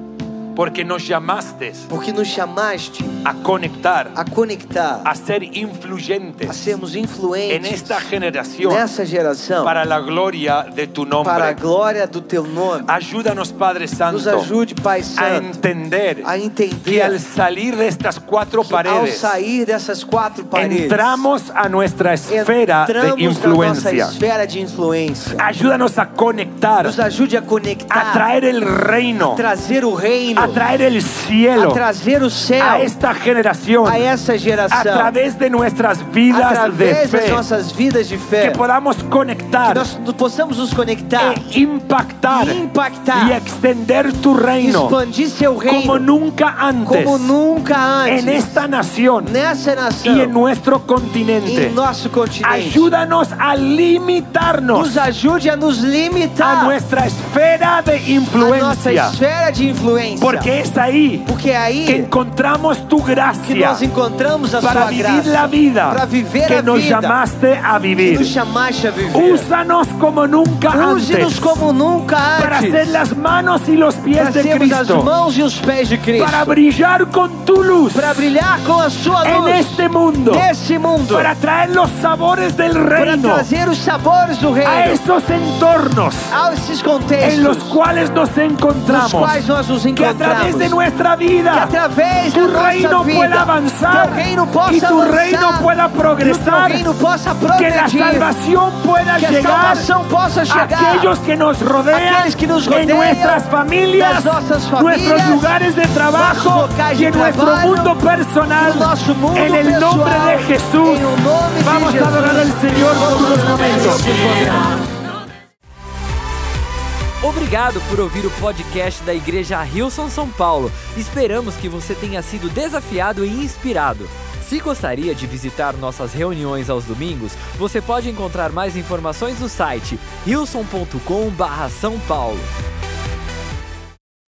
S2: porque nos llamaste
S3: porque nos chamaste
S2: a conectar,
S3: a conectar,
S2: a ser
S3: a
S2: influyentes
S3: sermos influentes
S2: en esta generación
S3: nessa geração
S2: para la gloria de tu
S3: para a
S2: nombre.
S3: glória do teu nome.
S2: Ayúdanos, Padre
S3: Nos
S2: Santo,
S3: ajude, Pai
S2: a
S3: Santo,
S2: entender
S3: a entender
S2: que al salir de estas cuatro
S3: que ao
S2: paredes
S3: sair dessas quatro paredes,
S2: entramos a nuestra esfera de
S3: entramos na
S2: influencia.
S3: nossa esfera de influência.
S2: Ayúdanos a conectar,
S3: Nos ajude a
S2: a
S3: conectar,
S2: traer el reino
S3: trazer o reino,
S2: a a traer el
S3: a
S2: cielo
S3: trazer o céu
S2: a esta generación
S3: a essa
S2: a
S3: geração,
S2: través de nuestras vidas de
S3: através das
S2: fe.
S3: nossas vidas de fé,
S2: Que podamos
S3: que
S2: conectar
S3: nós possamos nos conectar,
S2: e impactar
S3: e impactar,
S2: y extender tu reino
S3: expandir seu reino
S2: como nunca antes
S3: como nunca antes
S2: en esta nación
S3: nessa nação
S2: y en nuestro
S3: e
S2: continente.
S3: em nosso continente.
S2: Ayúdanos a limitarnos
S3: nos ajude a nos
S2: a
S3: limitar
S2: nuestra esfera de
S3: à nossa
S2: influencia,
S3: esfera de influência,
S2: porque es ahí
S3: porque é aí
S2: que encontramos tu
S3: que
S2: gracia
S3: nós encontramos a
S2: para
S3: sua
S2: vivir
S3: graça,
S2: la vida
S3: para viver
S2: que
S3: a
S2: nos
S3: vida
S2: llamaste a
S3: que nos
S2: vivir.
S3: chamaste a viver.
S2: Úsanos como nunca
S3: Use-nos
S2: antes
S3: como nunca
S2: para
S3: antes.
S2: ser las manos y los
S3: para
S2: pies de
S3: sermos as
S2: Cristo,
S3: mãos e os pés de Cristo.
S2: para brillar con tu luz
S3: para brilhar com a sua
S2: en
S3: luz
S2: este mundo,
S3: nesse mundo.
S2: para traer los sabores del
S3: para
S2: reino
S3: trazer os sabores do reino
S2: a esos entornos
S3: a esses
S2: en
S3: contextos
S2: los cuales nos
S3: nos
S2: encontramos.
S3: quais nós nos
S2: Que a través
S3: encontramos.
S2: de nuestra
S3: que
S2: vida
S3: através
S2: tu
S3: da nossa
S2: reino
S3: vida,
S2: pueda avanzar
S3: teu reino possa
S2: y tu
S3: avançar,
S2: reino pueda progresar,
S3: que o teu reino possa
S2: que la
S3: progredir,
S2: salvación pueda
S3: que a
S2: llegar
S3: salvação possa
S2: a
S3: chegar
S2: aquellos que nos rodean,
S3: aqueles que nos
S2: en
S3: rodeiam,
S2: nuestras familias,
S3: nas nossas famílias,
S2: nuestros lugares de trabajo
S3: nossos locais
S2: y
S3: de
S2: en nuestro
S3: trabalho,
S2: mundo personal.
S3: no nosso mundo
S2: En el
S3: pessoal,
S2: nombre de Jesús,
S3: em o nome de
S2: vamos a
S3: Jesus.
S2: adorar al Señor por unos momentos.
S1: Obrigado por ouvir o podcast da Igreja Rilson São Paulo. Esperamos que você tenha sido desafiado e inspirado. Se gostaria de visitar nossas reuniões aos domingos, você pode encontrar mais informações no site rilson.com/são paulo.